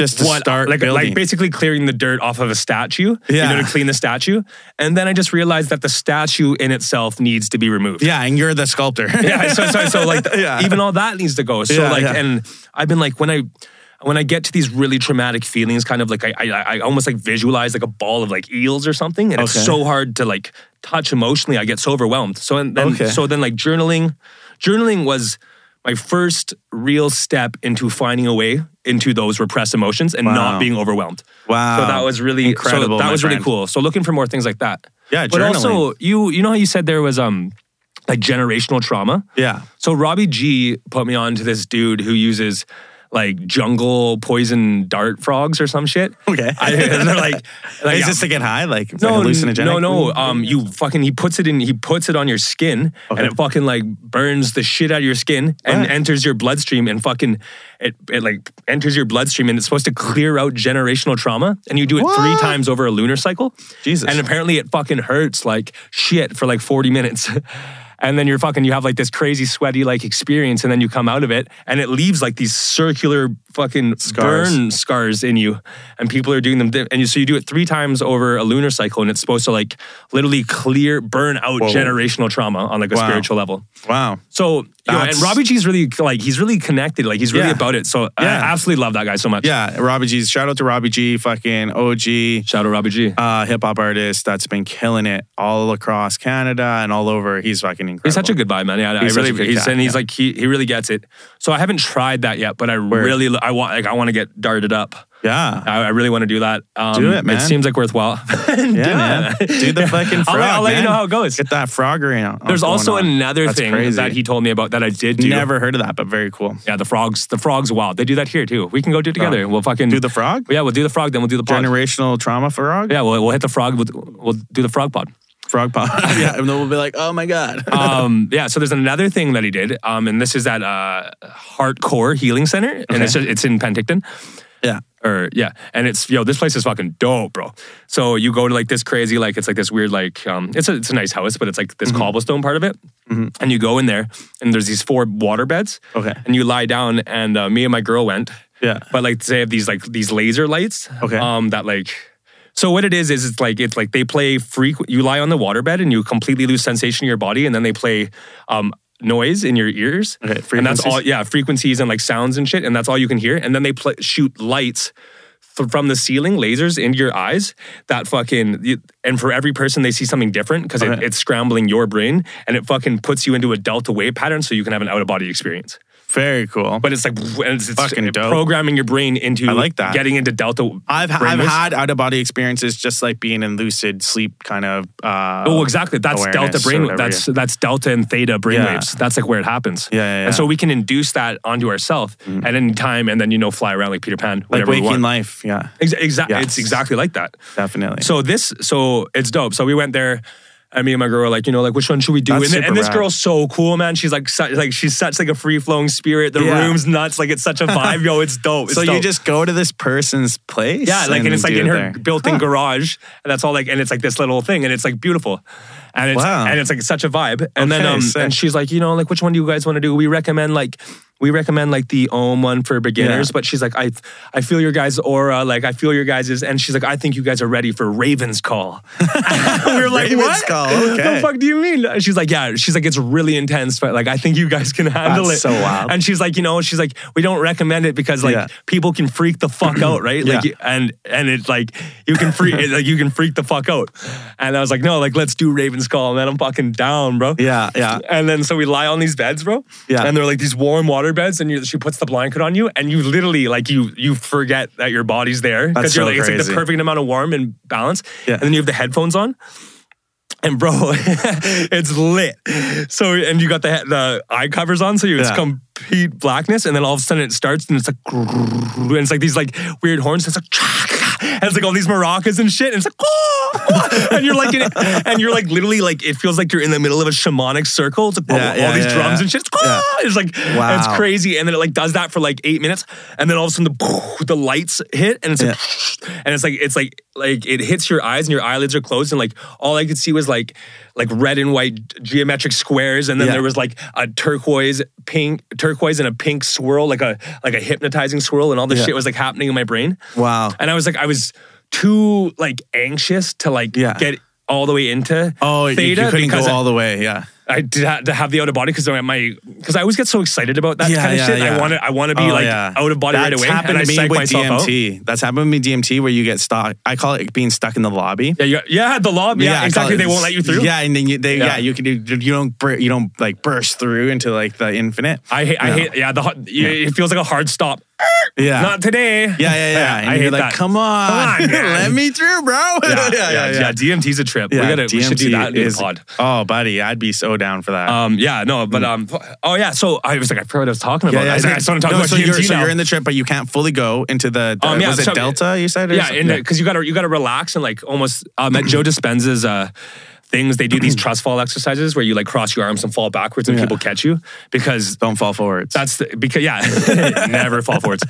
[SPEAKER 2] Just to start
[SPEAKER 1] like,
[SPEAKER 2] building.
[SPEAKER 1] like basically clearing the dirt off of a statue.
[SPEAKER 2] Yeah.
[SPEAKER 1] You know, to clean the statue, and then I just realized that the statue in itself needs to be removed.
[SPEAKER 2] Yeah, and you're the sculptor.
[SPEAKER 1] yeah. So so so like
[SPEAKER 2] Yeah.
[SPEAKER 1] even all that needs to go. So
[SPEAKER 2] Yeah,
[SPEAKER 1] like
[SPEAKER 2] yeah.
[SPEAKER 1] and I've been like when I. When I get to these really traumatic feelings, kind of like I, I, I almost like visualize like a ball of like eels or something, and it's
[SPEAKER 2] Okay.
[SPEAKER 1] so hard to like touch emotionally. I get so overwhelmed. So and then
[SPEAKER 2] Okay.
[SPEAKER 1] so then like journaling, journaling was my first real step into finding a way into those repressed emotions and not
[SPEAKER 2] Wow.
[SPEAKER 1] being overwhelmed.
[SPEAKER 2] Wow.
[SPEAKER 1] So that was really
[SPEAKER 2] Incredible,
[SPEAKER 1] So that
[SPEAKER 2] my
[SPEAKER 1] was really
[SPEAKER 2] friend.
[SPEAKER 1] cool. So looking for more things like that.
[SPEAKER 2] Yeah,
[SPEAKER 1] but also you you know how you said there was um like generational trauma.
[SPEAKER 2] Yeah.
[SPEAKER 1] So Robbie G put me on to this dude who uses like jungle poison dart frogs or some shit.
[SPEAKER 2] Okay.
[SPEAKER 1] I, and they're like, like
[SPEAKER 2] is this to get high? Like, it's
[SPEAKER 1] no,
[SPEAKER 2] like
[SPEAKER 1] n-
[SPEAKER 2] hallucinogenic?
[SPEAKER 1] no, no. Um, you fucking he puts it in. He puts it on your skin,
[SPEAKER 2] Okay.
[SPEAKER 1] and it fucking like burns the shit out of your skin and
[SPEAKER 2] What?
[SPEAKER 1] enters your bloodstream and fucking it it like enters your bloodstream and it's supposed to clear out generational trauma. And you do it three
[SPEAKER 2] What?
[SPEAKER 1] times over a lunar cycle.
[SPEAKER 2] Jesus.
[SPEAKER 1] And apparently it fucking hurts like shit for like forty minutes. And then you're fucking, you have like this crazy sweaty like experience, and then you come out of it, and it leaves like these circular fucking
[SPEAKER 2] Scars.
[SPEAKER 1] burn scars in you and people are doing them di- and you, so you do it three times over a lunar cycle and it's supposed to like literally clear burn out
[SPEAKER 2] Whoa.
[SPEAKER 1] generational trauma on like a
[SPEAKER 2] Wow.
[SPEAKER 1] spiritual level
[SPEAKER 2] Wow.
[SPEAKER 1] so you know, and
[SPEAKER 2] That's-
[SPEAKER 1] robbie g's really like he's really connected like he's really
[SPEAKER 2] Yeah.
[SPEAKER 1] about it so i
[SPEAKER 2] Yeah.
[SPEAKER 1] absolutely love that guy so much
[SPEAKER 2] Yeah, Robbie G's. Shout out to Robbie G, fucking OG,
[SPEAKER 1] shout out robbie g
[SPEAKER 2] uh, hip hop artist that's been killing it all across Canada and all over. He's fucking incredible.
[SPEAKER 1] He's such a good vibe, man. Yeah, I-
[SPEAKER 2] He's
[SPEAKER 1] I
[SPEAKER 2] such
[SPEAKER 1] really.
[SPEAKER 2] a good
[SPEAKER 1] he's,
[SPEAKER 2] guy,
[SPEAKER 1] and he's
[SPEAKER 2] yeah.
[SPEAKER 1] like he, he really gets it. So I haven't tried that yet, but I really I want like I want to get darted up.
[SPEAKER 2] yeah.
[SPEAKER 1] I, I really want to do that. Um,
[SPEAKER 2] Do it, man.
[SPEAKER 1] It seems like worthwhile.
[SPEAKER 2] Yeah, man. Do the fucking frog.
[SPEAKER 1] I'll, let- I'll let you
[SPEAKER 2] man.
[SPEAKER 1] know how it goes.
[SPEAKER 2] Get that froggery out.
[SPEAKER 1] There's
[SPEAKER 2] going
[SPEAKER 1] also
[SPEAKER 2] on.
[SPEAKER 1] another
[SPEAKER 2] That's
[SPEAKER 1] thing
[SPEAKER 2] crazy.
[SPEAKER 1] that he told me about that I did do.
[SPEAKER 2] Never heard of that, but very cool.
[SPEAKER 1] Yeah, the frogs. The frogs. Wow, they do that here too. We can go do it together. We'll fucking
[SPEAKER 2] Oh. Do the frog?
[SPEAKER 1] Yeah, we'll do the frog. Then we'll do the pod.
[SPEAKER 2] Generational trauma frog?
[SPEAKER 1] yeah, we'll, we'll hit the frog. We'll, we'll do the frog pod.
[SPEAKER 2] Frog pop. yeah. And then we'll be like, oh my God.
[SPEAKER 1] Um, yeah. So there's another thing that he did, um, and this is that uh, hardcore healing center, and it's just, it's in Penticton.
[SPEAKER 2] yeah.
[SPEAKER 1] or yeah and it's yo this place is fucking dope bro so you go to like this crazy like it's like this weird like um it's a, it's a nice house but it's like
[SPEAKER 2] Mm-hmm.
[SPEAKER 1] this cobblestone part of it and you go in there and there's these four water beds
[SPEAKER 2] Okay.
[SPEAKER 1] and you lie down and uh, me and my girl went
[SPEAKER 2] Yeah.
[SPEAKER 1] but like they have these like these laser lights
[SPEAKER 2] Okay.
[SPEAKER 1] um that like so what it is is it's like it's like they play frequent you lie on the waterbed and you completely lose sensation in your body and then they play um noise in your ears
[SPEAKER 2] Okay,
[SPEAKER 1] and that's all
[SPEAKER 2] frequencies?
[SPEAKER 1] yeah, frequencies and like sounds and shit, and that's all you can hear. And then they pl- shoot lights th- from the ceiling, lasers into your eyes. That fucking you- and for every person they see something different because it,
[SPEAKER 2] Okay.
[SPEAKER 1] it's scrambling your brain and it fucking puts you into a delta wave pattern so you can have an out of body experience.
[SPEAKER 2] Very cool.
[SPEAKER 1] But it's like and it's, it's
[SPEAKER 2] Fucking dope.
[SPEAKER 1] programming your brain into
[SPEAKER 2] I like that.
[SPEAKER 1] getting into delta.
[SPEAKER 2] I've, I've
[SPEAKER 1] brainwaves.
[SPEAKER 2] had out of body experiences just like being in lucid sleep kind of. Uh,
[SPEAKER 1] Oh, exactly. That's delta
[SPEAKER 2] awareness or
[SPEAKER 1] brain.
[SPEAKER 2] whatever,
[SPEAKER 1] That's that's delta and theta brain
[SPEAKER 2] Yeah.
[SPEAKER 1] waves. That's like where it happens.
[SPEAKER 2] Yeah, yeah, yeah.
[SPEAKER 1] And so we can induce that onto ourselves at any time, and then you know fly around like Peter Pan.
[SPEAKER 2] like
[SPEAKER 1] whenever we
[SPEAKER 2] waking
[SPEAKER 1] want.
[SPEAKER 2] life. Yeah,
[SPEAKER 1] Exactly.
[SPEAKER 2] Yes.
[SPEAKER 1] It's exactly like that.
[SPEAKER 2] definitely.
[SPEAKER 1] So this, so it's dope. So we went there. And me and my girl were like, you know, like which one should we do?
[SPEAKER 2] That's
[SPEAKER 1] and,
[SPEAKER 2] super
[SPEAKER 1] and this
[SPEAKER 2] rad.
[SPEAKER 1] girl's so cool, man. She's like, such, like she's such like a free flowing spirit. The
[SPEAKER 2] Yeah.
[SPEAKER 1] room's nuts. Like it's such a vibe, yo. It's dope. It's
[SPEAKER 2] so you
[SPEAKER 1] dope.
[SPEAKER 2] just go to this person's place.
[SPEAKER 1] yeah, like and it's like
[SPEAKER 2] do
[SPEAKER 1] in
[SPEAKER 2] it
[SPEAKER 1] her
[SPEAKER 2] there.
[SPEAKER 1] built-in garage, and that's all like, and it's like this little thing, and it's like beautiful, and it's
[SPEAKER 2] Wow.
[SPEAKER 1] and it's like such a vibe. And then
[SPEAKER 2] Okay,
[SPEAKER 1] um,
[SPEAKER 2] sick.
[SPEAKER 1] and she's like, you know, like which one do you guys want to do? We recommend like. We recommend like the Om one for beginners,
[SPEAKER 2] Yeah.
[SPEAKER 1] but she's like, I, I feel your guys' aura, like I feel your guys' and she's like, I think you guys are ready for Raven's Call. we were like,
[SPEAKER 2] Raven's
[SPEAKER 1] what?
[SPEAKER 2] Call,
[SPEAKER 1] The
[SPEAKER 2] okay.
[SPEAKER 1] fuck do you mean? And she's like, yeah. She's like, it's really intense, but like I think you guys can handle
[SPEAKER 2] That's
[SPEAKER 1] it.
[SPEAKER 2] so wild.
[SPEAKER 1] And she's like, you know, she's like, we don't recommend it because like
[SPEAKER 2] Yeah.
[SPEAKER 1] people can freak the fuck out, right? Like
[SPEAKER 2] Yeah.
[SPEAKER 1] and and it's like you can freak it, like you can freak the fuck out. And I was like, no, like let's do Raven's Call, man. I'm fucking down, bro.
[SPEAKER 2] Yeah, yeah.
[SPEAKER 1] And then so we lie on these beds, bro.
[SPEAKER 2] Yeah.
[SPEAKER 1] And they're like these warm water beds, and you, she puts the blanket on you, and you literally like you you forget that your body's there
[SPEAKER 2] That's
[SPEAKER 1] you're
[SPEAKER 2] so
[SPEAKER 1] like it's like the
[SPEAKER 2] crazy.
[SPEAKER 1] perfect amount of warm and balance.
[SPEAKER 2] Yeah.
[SPEAKER 1] And then you have the headphones on. And bro, it's lit. So and you got the he- the eye covers on, so you it's
[SPEAKER 2] Yeah.
[SPEAKER 1] complete blackness, and then all of a sudden it starts, and it's like, and it's like these like weird horns. It's like, and it's like all these maracas and shit, and it's like, and you're like, in, and you're like literally like it feels like you're in the middle of a shamanic circle. It's like
[SPEAKER 2] Yeah,
[SPEAKER 1] all
[SPEAKER 2] yeah,
[SPEAKER 1] these
[SPEAKER 2] yeah,
[SPEAKER 1] drums
[SPEAKER 2] yeah.
[SPEAKER 1] and shit. It's,
[SPEAKER 2] Yeah.
[SPEAKER 1] it's like
[SPEAKER 2] Wow.
[SPEAKER 1] it's crazy, and then it like does that for like eight minutes, and then all of a sudden the the lights hit, and it's like, and it's like it's like like it hits your eyes, and your eyelids are closed, and like all I could see was like like red and white geometric squares, and then
[SPEAKER 2] Yeah.
[SPEAKER 1] there was like a turquoise pink turquoise and a pink swirl, like a like a hypnotizing swirl, and all this
[SPEAKER 2] Yeah.
[SPEAKER 1] shit was like happening in my brain,
[SPEAKER 2] Wow.
[SPEAKER 1] and I was like I was too like anxious to like
[SPEAKER 2] Yeah.
[SPEAKER 1] get all the way into
[SPEAKER 2] Oh, you-
[SPEAKER 1] theta
[SPEAKER 2] you couldn't go
[SPEAKER 1] because
[SPEAKER 2] all the way. Yeah.
[SPEAKER 1] I did ha- to have the out of body because my because I always get so excited about that
[SPEAKER 2] Yeah,
[SPEAKER 1] kind of
[SPEAKER 2] yeah,
[SPEAKER 1] shit. I
[SPEAKER 2] yeah.
[SPEAKER 1] want to I want to be
[SPEAKER 2] Oh,
[SPEAKER 1] like
[SPEAKER 2] yeah.
[SPEAKER 1] out of body
[SPEAKER 2] That's
[SPEAKER 1] right away.
[SPEAKER 2] happened
[SPEAKER 1] and
[SPEAKER 2] to
[SPEAKER 1] I
[SPEAKER 2] me
[SPEAKER 1] psych
[SPEAKER 2] with
[SPEAKER 1] myself out.
[SPEAKER 2] DMT. That's happened with me DMT where you get stuck. I call it being stuck in the lobby.
[SPEAKER 1] Yeah, you, yeah, the law. Yeah,
[SPEAKER 2] I call
[SPEAKER 1] exactly.
[SPEAKER 2] it-
[SPEAKER 1] They won't let you through.
[SPEAKER 2] Yeah, and then you, they,
[SPEAKER 1] Yeah.
[SPEAKER 2] yeah. you can you, you don't bur- you don't like burst through into like the infinite.
[SPEAKER 1] I hate. I hate. Yeah, the hard- yeah, it feels like a hard stop.
[SPEAKER 2] Yeah.
[SPEAKER 1] Not today.
[SPEAKER 2] yeah, yeah, yeah. And
[SPEAKER 1] I
[SPEAKER 2] you're
[SPEAKER 1] hate
[SPEAKER 2] like,
[SPEAKER 1] that.
[SPEAKER 2] come on,
[SPEAKER 1] Come on, man.
[SPEAKER 2] let me through, bro.
[SPEAKER 1] Yeah, yeah, yeah, DMT's a trip. we gotta, we should do
[SPEAKER 2] DMT
[SPEAKER 1] that in
[SPEAKER 2] is-
[SPEAKER 1] the pod.
[SPEAKER 2] Oh, buddy, I'd be so down for that.
[SPEAKER 1] Um, yeah, no, but um, oh yeah. So I was like, I forgot what I was talking about.
[SPEAKER 2] yeah, yeah,
[SPEAKER 1] I, was like, I just want to talk
[SPEAKER 2] no,
[SPEAKER 1] about
[SPEAKER 2] so
[SPEAKER 1] DMT
[SPEAKER 2] you're, so
[SPEAKER 1] now.
[SPEAKER 2] you're in the trip, but you can't fully go into the. the
[SPEAKER 1] Um, yeah,
[SPEAKER 2] was it
[SPEAKER 1] so-
[SPEAKER 2] Delta? You said. Or
[SPEAKER 1] yeah,
[SPEAKER 2] something?
[SPEAKER 1] and because you gotta you gotta relax and like almost um, at Joe Dispenza's uh, things they do these trust fall exercises where you like cross your arms and fall backwards and
[SPEAKER 2] Yeah.
[SPEAKER 1] people catch you because
[SPEAKER 2] don't fall forwards.
[SPEAKER 1] that's the, because yeah never fall forwards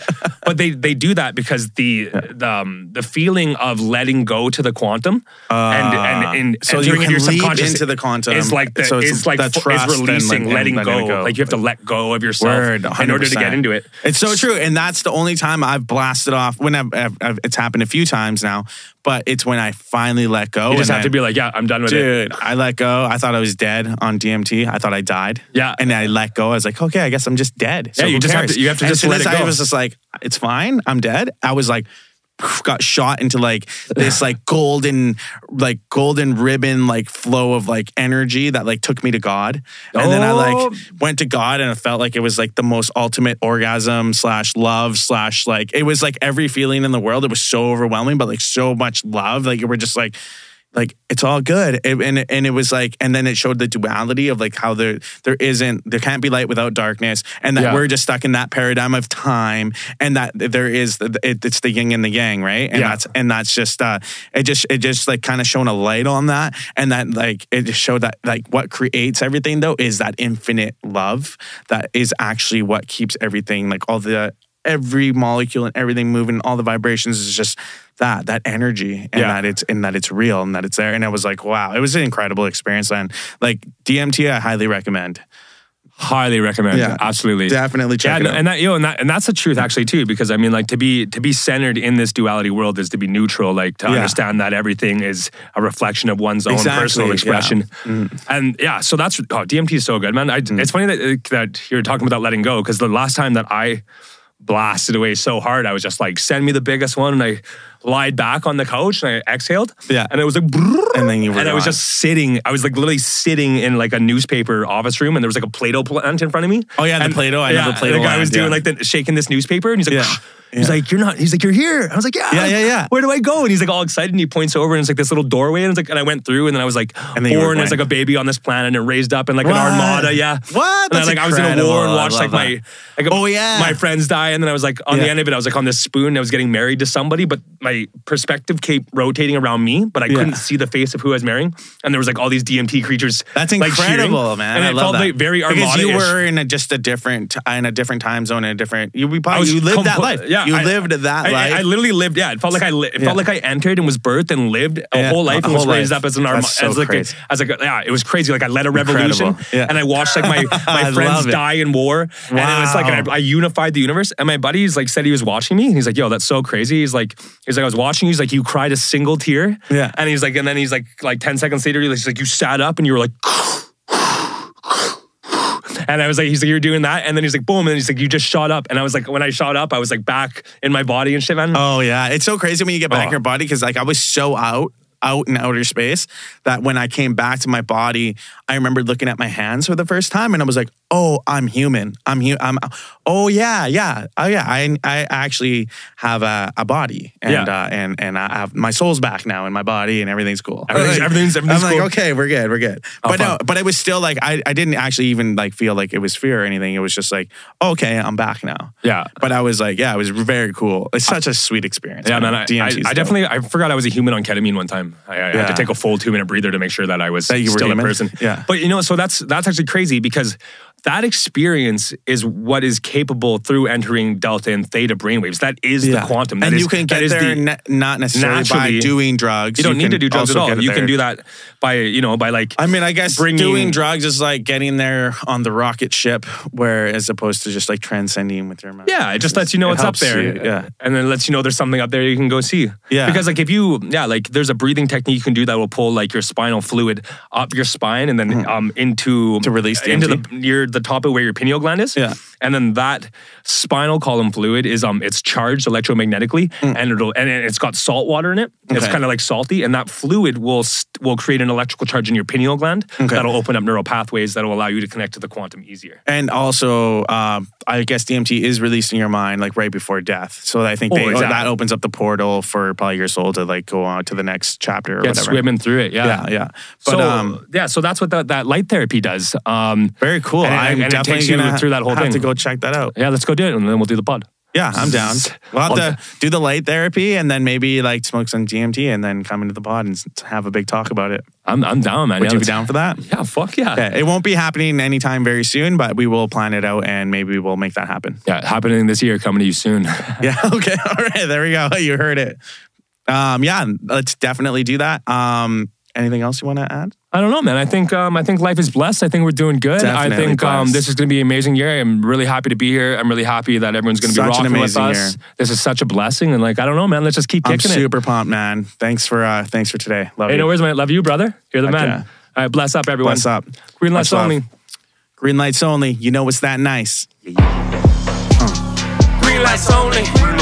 [SPEAKER 1] but they they do that because the the, um, the feeling of letting go to the quantum and and, and
[SPEAKER 2] Ah. so
[SPEAKER 1] and
[SPEAKER 2] you
[SPEAKER 1] entering
[SPEAKER 2] can
[SPEAKER 1] into your
[SPEAKER 2] leap
[SPEAKER 1] subconscious
[SPEAKER 2] into the quantum.
[SPEAKER 1] is like the,
[SPEAKER 2] So it's
[SPEAKER 1] is like
[SPEAKER 2] the
[SPEAKER 1] f-
[SPEAKER 2] trust
[SPEAKER 1] is
[SPEAKER 2] and, like,
[SPEAKER 1] releasing
[SPEAKER 2] and
[SPEAKER 1] letting
[SPEAKER 2] letting
[SPEAKER 1] go.
[SPEAKER 2] go.
[SPEAKER 1] like you have to let go of yourself
[SPEAKER 2] Word,
[SPEAKER 1] in order to get
[SPEAKER 2] 100%.
[SPEAKER 1] into it
[SPEAKER 2] It's so true, and that's the only time I've blasted off. When I've, I've, I've- it's happened a few times now, but it's when I finally let go.
[SPEAKER 1] you just
[SPEAKER 2] and
[SPEAKER 1] have to be
[SPEAKER 2] then-
[SPEAKER 1] like yeah I'm done with it
[SPEAKER 2] Dude, I let go. I thought I was dead on DMT. I thought I died.
[SPEAKER 1] Yeah.
[SPEAKER 2] and I let go. I was like, okay, I guess I'm just dead. So
[SPEAKER 1] Yeah, you
[SPEAKER 2] who
[SPEAKER 1] just have
[SPEAKER 2] cares?
[SPEAKER 1] to- you have to
[SPEAKER 2] And
[SPEAKER 1] just
[SPEAKER 2] as soon
[SPEAKER 1] let
[SPEAKER 2] as
[SPEAKER 1] it
[SPEAKER 2] I
[SPEAKER 1] go.
[SPEAKER 2] was just like, it's fine. I'm dead. I was like. Got shot into like this like golden like golden ribbon like flow of like energy that like took me to God, and then I
[SPEAKER 1] Oh.
[SPEAKER 2] like went to God and it felt like it was like the most ultimate orgasm slash love slash like it was like every feeling in the world. It was so overwhelming, but like so much love. Like you were just like like it's all good. It- and and it was like and then it showed the duality of like how there there isn't there can't be light without darkness and that
[SPEAKER 1] Yeah.
[SPEAKER 2] we're just stuck in that paradigm of time and that there is it, it's the yin and the yang right and
[SPEAKER 1] Yeah.
[SPEAKER 2] that's and that's just uh it just it just like kind of shone a light on that and that like it just showed that like what creates everything though is that infinite love that is actually what keeps everything like all the every molecule and everything moving all the vibrations is just that that energy and
[SPEAKER 1] Yeah.
[SPEAKER 2] that it's and that it's real and that it's there and i was like wow it was an incredible experience and like dmt i highly recommend
[SPEAKER 1] highly recommend
[SPEAKER 2] Yeah.
[SPEAKER 1] absolutely
[SPEAKER 2] definitely check
[SPEAKER 1] yeah,
[SPEAKER 2] it out.
[SPEAKER 1] and that you know, and that and that's the truth actually too, because I mean, like to be to be centered in this duality world is to be neutral, like to
[SPEAKER 2] Yeah.
[SPEAKER 1] understand that everything is a reflection of one's own
[SPEAKER 2] Exactly,
[SPEAKER 1] personal
[SPEAKER 2] yeah. Mm.
[SPEAKER 1] expression, and yeah, so that's oh, DMT is so good, man. I, It's funny that that you're talking about letting go, because the last time that I blasted away so hard, I was just like, send me the biggest one, and I lied back on the couch and I exhaled,
[SPEAKER 2] Yeah.
[SPEAKER 1] and it was like, brrrr,
[SPEAKER 2] And then you were
[SPEAKER 1] and I was
[SPEAKER 2] gone.
[SPEAKER 1] just sitting, I was like literally sitting in like a newspaper office room, and there was like a Play-Doh plant in front of me.
[SPEAKER 2] Oh, yeah, the Play-Doh. I know the Play-Doh
[SPEAKER 1] The guy was
[SPEAKER 2] land, yeah.
[SPEAKER 1] doing like the shaking this newspaper, and he's like,
[SPEAKER 2] Yeah.
[SPEAKER 1] he's like, you're not. He's like, you're here. I was like, yeah,
[SPEAKER 2] Yeah, yeah, yeah.
[SPEAKER 1] Where do I go? And he's like all excited, and he points over, and it's like this little doorway, and it's like, and I went through, and then I was like
[SPEAKER 2] And then you were
[SPEAKER 1] born as
[SPEAKER 2] blank.
[SPEAKER 1] like a baby on this planet, and raised up in like an
[SPEAKER 2] What?
[SPEAKER 1] armada, yeah.
[SPEAKER 2] What?
[SPEAKER 1] And then,
[SPEAKER 2] That's
[SPEAKER 1] like I was in a war and
[SPEAKER 2] incredible. I
[SPEAKER 1] watched
[SPEAKER 2] love
[SPEAKER 1] like my like
[SPEAKER 2] Oh, yeah.
[SPEAKER 1] my friends die, and then I was like on the
[SPEAKER 2] Yeah.
[SPEAKER 1] end of it, I was like on this spoon, I was getting married to somebody, but my perspective kept rotating around me, but I
[SPEAKER 2] Yeah.
[SPEAKER 1] couldn't see the face of who I was marrying, and there was like all these DMT creatures.
[SPEAKER 2] That's
[SPEAKER 1] like, cheering.
[SPEAKER 2] incredible, man.
[SPEAKER 1] And
[SPEAKER 2] I
[SPEAKER 1] it
[SPEAKER 2] love
[SPEAKER 1] felt
[SPEAKER 2] that.
[SPEAKER 1] like very
[SPEAKER 2] because
[SPEAKER 1] armada.
[SPEAKER 2] you were in a, just a different in a different time zone, in a different. You we probably you lived that life.
[SPEAKER 1] Yeah,
[SPEAKER 2] you
[SPEAKER 1] I-
[SPEAKER 2] lived that
[SPEAKER 1] I,
[SPEAKER 2] life.
[SPEAKER 1] I, I literally lived. Yeah, it felt like I. Li- it
[SPEAKER 2] Yeah.
[SPEAKER 1] felt like I entered and was birthed and lived a
[SPEAKER 2] Yeah,
[SPEAKER 1] whole life
[SPEAKER 2] a
[SPEAKER 1] and was
[SPEAKER 2] whole
[SPEAKER 1] raised
[SPEAKER 2] life.
[SPEAKER 1] up as an arm.
[SPEAKER 2] That's so
[SPEAKER 1] as like a,
[SPEAKER 2] crazy.
[SPEAKER 1] as like a, yeah, it was crazy. Like I led a revolution
[SPEAKER 2] Incredible. Yeah.
[SPEAKER 1] and I watched like my
[SPEAKER 2] I
[SPEAKER 1] my friends
[SPEAKER 2] love it.
[SPEAKER 1] die in war and it was like and I, I unified the universe. And my buddies like said he was watching me and he's like, "Yo, that's so crazy." He's like, he's like, I was watching you. He's like, you cried a single tear.
[SPEAKER 2] Yeah.
[SPEAKER 1] And he's like, and then he's like, like ten seconds later, he's like, you sat up and you were like. And I was like, he's like, you're doing that. And then he's like, boom. And then he's like, you just shot up. And I was like, when I shot up, I was like back in my body and shit, man.
[SPEAKER 2] Oh yeah, it's so crazy when you get back
[SPEAKER 1] Oh.
[SPEAKER 2] in your body because like I was so out out in outer space that when I came back to my body, I remember looking at my hands for the first time and I was like, "Oh, I'm human. I'm hu- I'm oh yeah, yeah. Oh yeah, I I actually have a, a body and
[SPEAKER 1] Yeah.
[SPEAKER 2] uh, and and I have my soul's back now in my body and everything's cool.
[SPEAKER 1] Everything's-
[SPEAKER 2] Like,
[SPEAKER 1] everything's- everything's
[SPEAKER 2] I'm
[SPEAKER 1] cool.
[SPEAKER 2] like, "Okay, we're good. We're good." but
[SPEAKER 1] fun.
[SPEAKER 2] no, but it was still like I I didn't actually even like feel like it was fear or anything. It was just like, "Okay, I'm back now."
[SPEAKER 1] Yeah.
[SPEAKER 2] But I was like, yeah, it was very cool. It's such a sweet experience.
[SPEAKER 1] yeah, man. I, I,
[SPEAKER 2] DMT 's dope.
[SPEAKER 1] I definitely, I forgot I was a human on ketamine one time. I, I had
[SPEAKER 2] Yeah.
[SPEAKER 1] to take a full two minute breather to make sure that I was
[SPEAKER 2] That you were
[SPEAKER 1] still
[SPEAKER 2] human?
[SPEAKER 1] a person.
[SPEAKER 2] Yeah.
[SPEAKER 1] But you know, so that's that's actually crazy because that experience is what is capable through entering delta and theta brainwaves. That is
[SPEAKER 2] Yeah.
[SPEAKER 1] the quantum. That
[SPEAKER 2] and
[SPEAKER 1] is-
[SPEAKER 2] you can
[SPEAKER 1] that
[SPEAKER 2] get
[SPEAKER 1] is
[SPEAKER 2] there
[SPEAKER 1] the-
[SPEAKER 2] ne- not necessarily by
[SPEAKER 1] naturally.
[SPEAKER 2] doing drugs.
[SPEAKER 1] you don't need
[SPEAKER 2] can
[SPEAKER 1] to do drugs at
[SPEAKER 2] also
[SPEAKER 1] all.
[SPEAKER 2] get it
[SPEAKER 1] You can
[SPEAKER 2] there.
[SPEAKER 1] do that by you know by like.
[SPEAKER 2] I mean, I guess
[SPEAKER 1] bringing-
[SPEAKER 2] doing drugs is like getting there on the rocket ship, where as opposed to just like transcending with your mind.
[SPEAKER 1] Yeah, it just lets you know
[SPEAKER 2] It
[SPEAKER 1] what's up
[SPEAKER 2] helps
[SPEAKER 1] there.
[SPEAKER 2] you, yeah.
[SPEAKER 1] And then lets you know there's something up there you can go see.
[SPEAKER 2] Yeah.
[SPEAKER 1] Because like if you yeah, like there's a breathing technique you can do that will pull like your spinal fluid up your spine and then um into
[SPEAKER 2] Mm-hmm. To release
[SPEAKER 1] into the
[SPEAKER 2] DMT?
[SPEAKER 1] near the top of where your pineal gland is.
[SPEAKER 2] Yeah.
[SPEAKER 1] and then that spinal column fluid is um it's charged electromagnetically and it'll and it- it's got salt water in it it's
[SPEAKER 2] Mm. Okay.
[SPEAKER 1] kind of like salty and that fluid will st- will create an electrical charge in your pineal gland that'll open up neural pathways that'll allow you to connect to the quantum easier
[SPEAKER 2] And also, um, I guess DMT is released in your mind like right before death. So I think
[SPEAKER 1] Oh,
[SPEAKER 2] they,
[SPEAKER 1] exactly.
[SPEAKER 2] that opens up the portal for probably your soul to like go on to the next chapter or
[SPEAKER 1] get
[SPEAKER 2] whatever.
[SPEAKER 1] swimming through it yeah,
[SPEAKER 2] Yeah, yeah. But
[SPEAKER 1] so
[SPEAKER 2] um,
[SPEAKER 1] yeah so that's what that, that light therapy does um
[SPEAKER 2] very cool.
[SPEAKER 1] and it-
[SPEAKER 2] I'm
[SPEAKER 1] and it
[SPEAKER 2] definitely
[SPEAKER 1] takes you
[SPEAKER 2] gonna ha-
[SPEAKER 1] through that whole
[SPEAKER 2] have
[SPEAKER 1] thing.
[SPEAKER 2] to go check that out.
[SPEAKER 1] yeah let's go do it and then we'll do the pod
[SPEAKER 2] Yeah, I'm down. We'll have to do the light therapy and then maybe like smoke some DMT and then come into the pod and s- have a big talk about it.
[SPEAKER 1] i'm, I'm down man
[SPEAKER 2] Would
[SPEAKER 1] yeah,
[SPEAKER 2] you be
[SPEAKER 1] let's-
[SPEAKER 2] down for that?
[SPEAKER 1] yeah fuck yeah
[SPEAKER 2] Yeah, it won't be happening anytime very soon, but we will plan it out and maybe we'll make that happen.
[SPEAKER 1] yeah happening this year coming to you soon
[SPEAKER 2] Yeah. Okay. All right. There we go. You heard it. Um, yeah. Let's definitely do that. Um, anything else you want to add?
[SPEAKER 1] I don't know, man. I think um, I think life is blessed. I think we're doing good. I
[SPEAKER 2] Definitely
[SPEAKER 1] think um,
[SPEAKER 2] blessed.
[SPEAKER 1] this is going to be an amazing year. I'm really happy to be here. I'm really happy that everyone's going to be
[SPEAKER 2] Such an
[SPEAKER 1] rocking with
[SPEAKER 2] amazing
[SPEAKER 1] us.
[SPEAKER 2] year.
[SPEAKER 1] This is such a blessing, and like I don't know, man. Let's just keep
[SPEAKER 2] I'm
[SPEAKER 1] kicking it.
[SPEAKER 2] super pumped, man. Thanks for uh, thanks for today. Love
[SPEAKER 1] Hey,
[SPEAKER 2] you.
[SPEAKER 1] no worries, man. Love you, brother. You're the
[SPEAKER 2] Heck yeah.
[SPEAKER 1] man. All right, bless up, everyone.
[SPEAKER 2] Bless up.
[SPEAKER 1] Green lights
[SPEAKER 2] Much love.
[SPEAKER 1] only.
[SPEAKER 2] Green lights only. You know it's that nice.
[SPEAKER 1] Green lights only.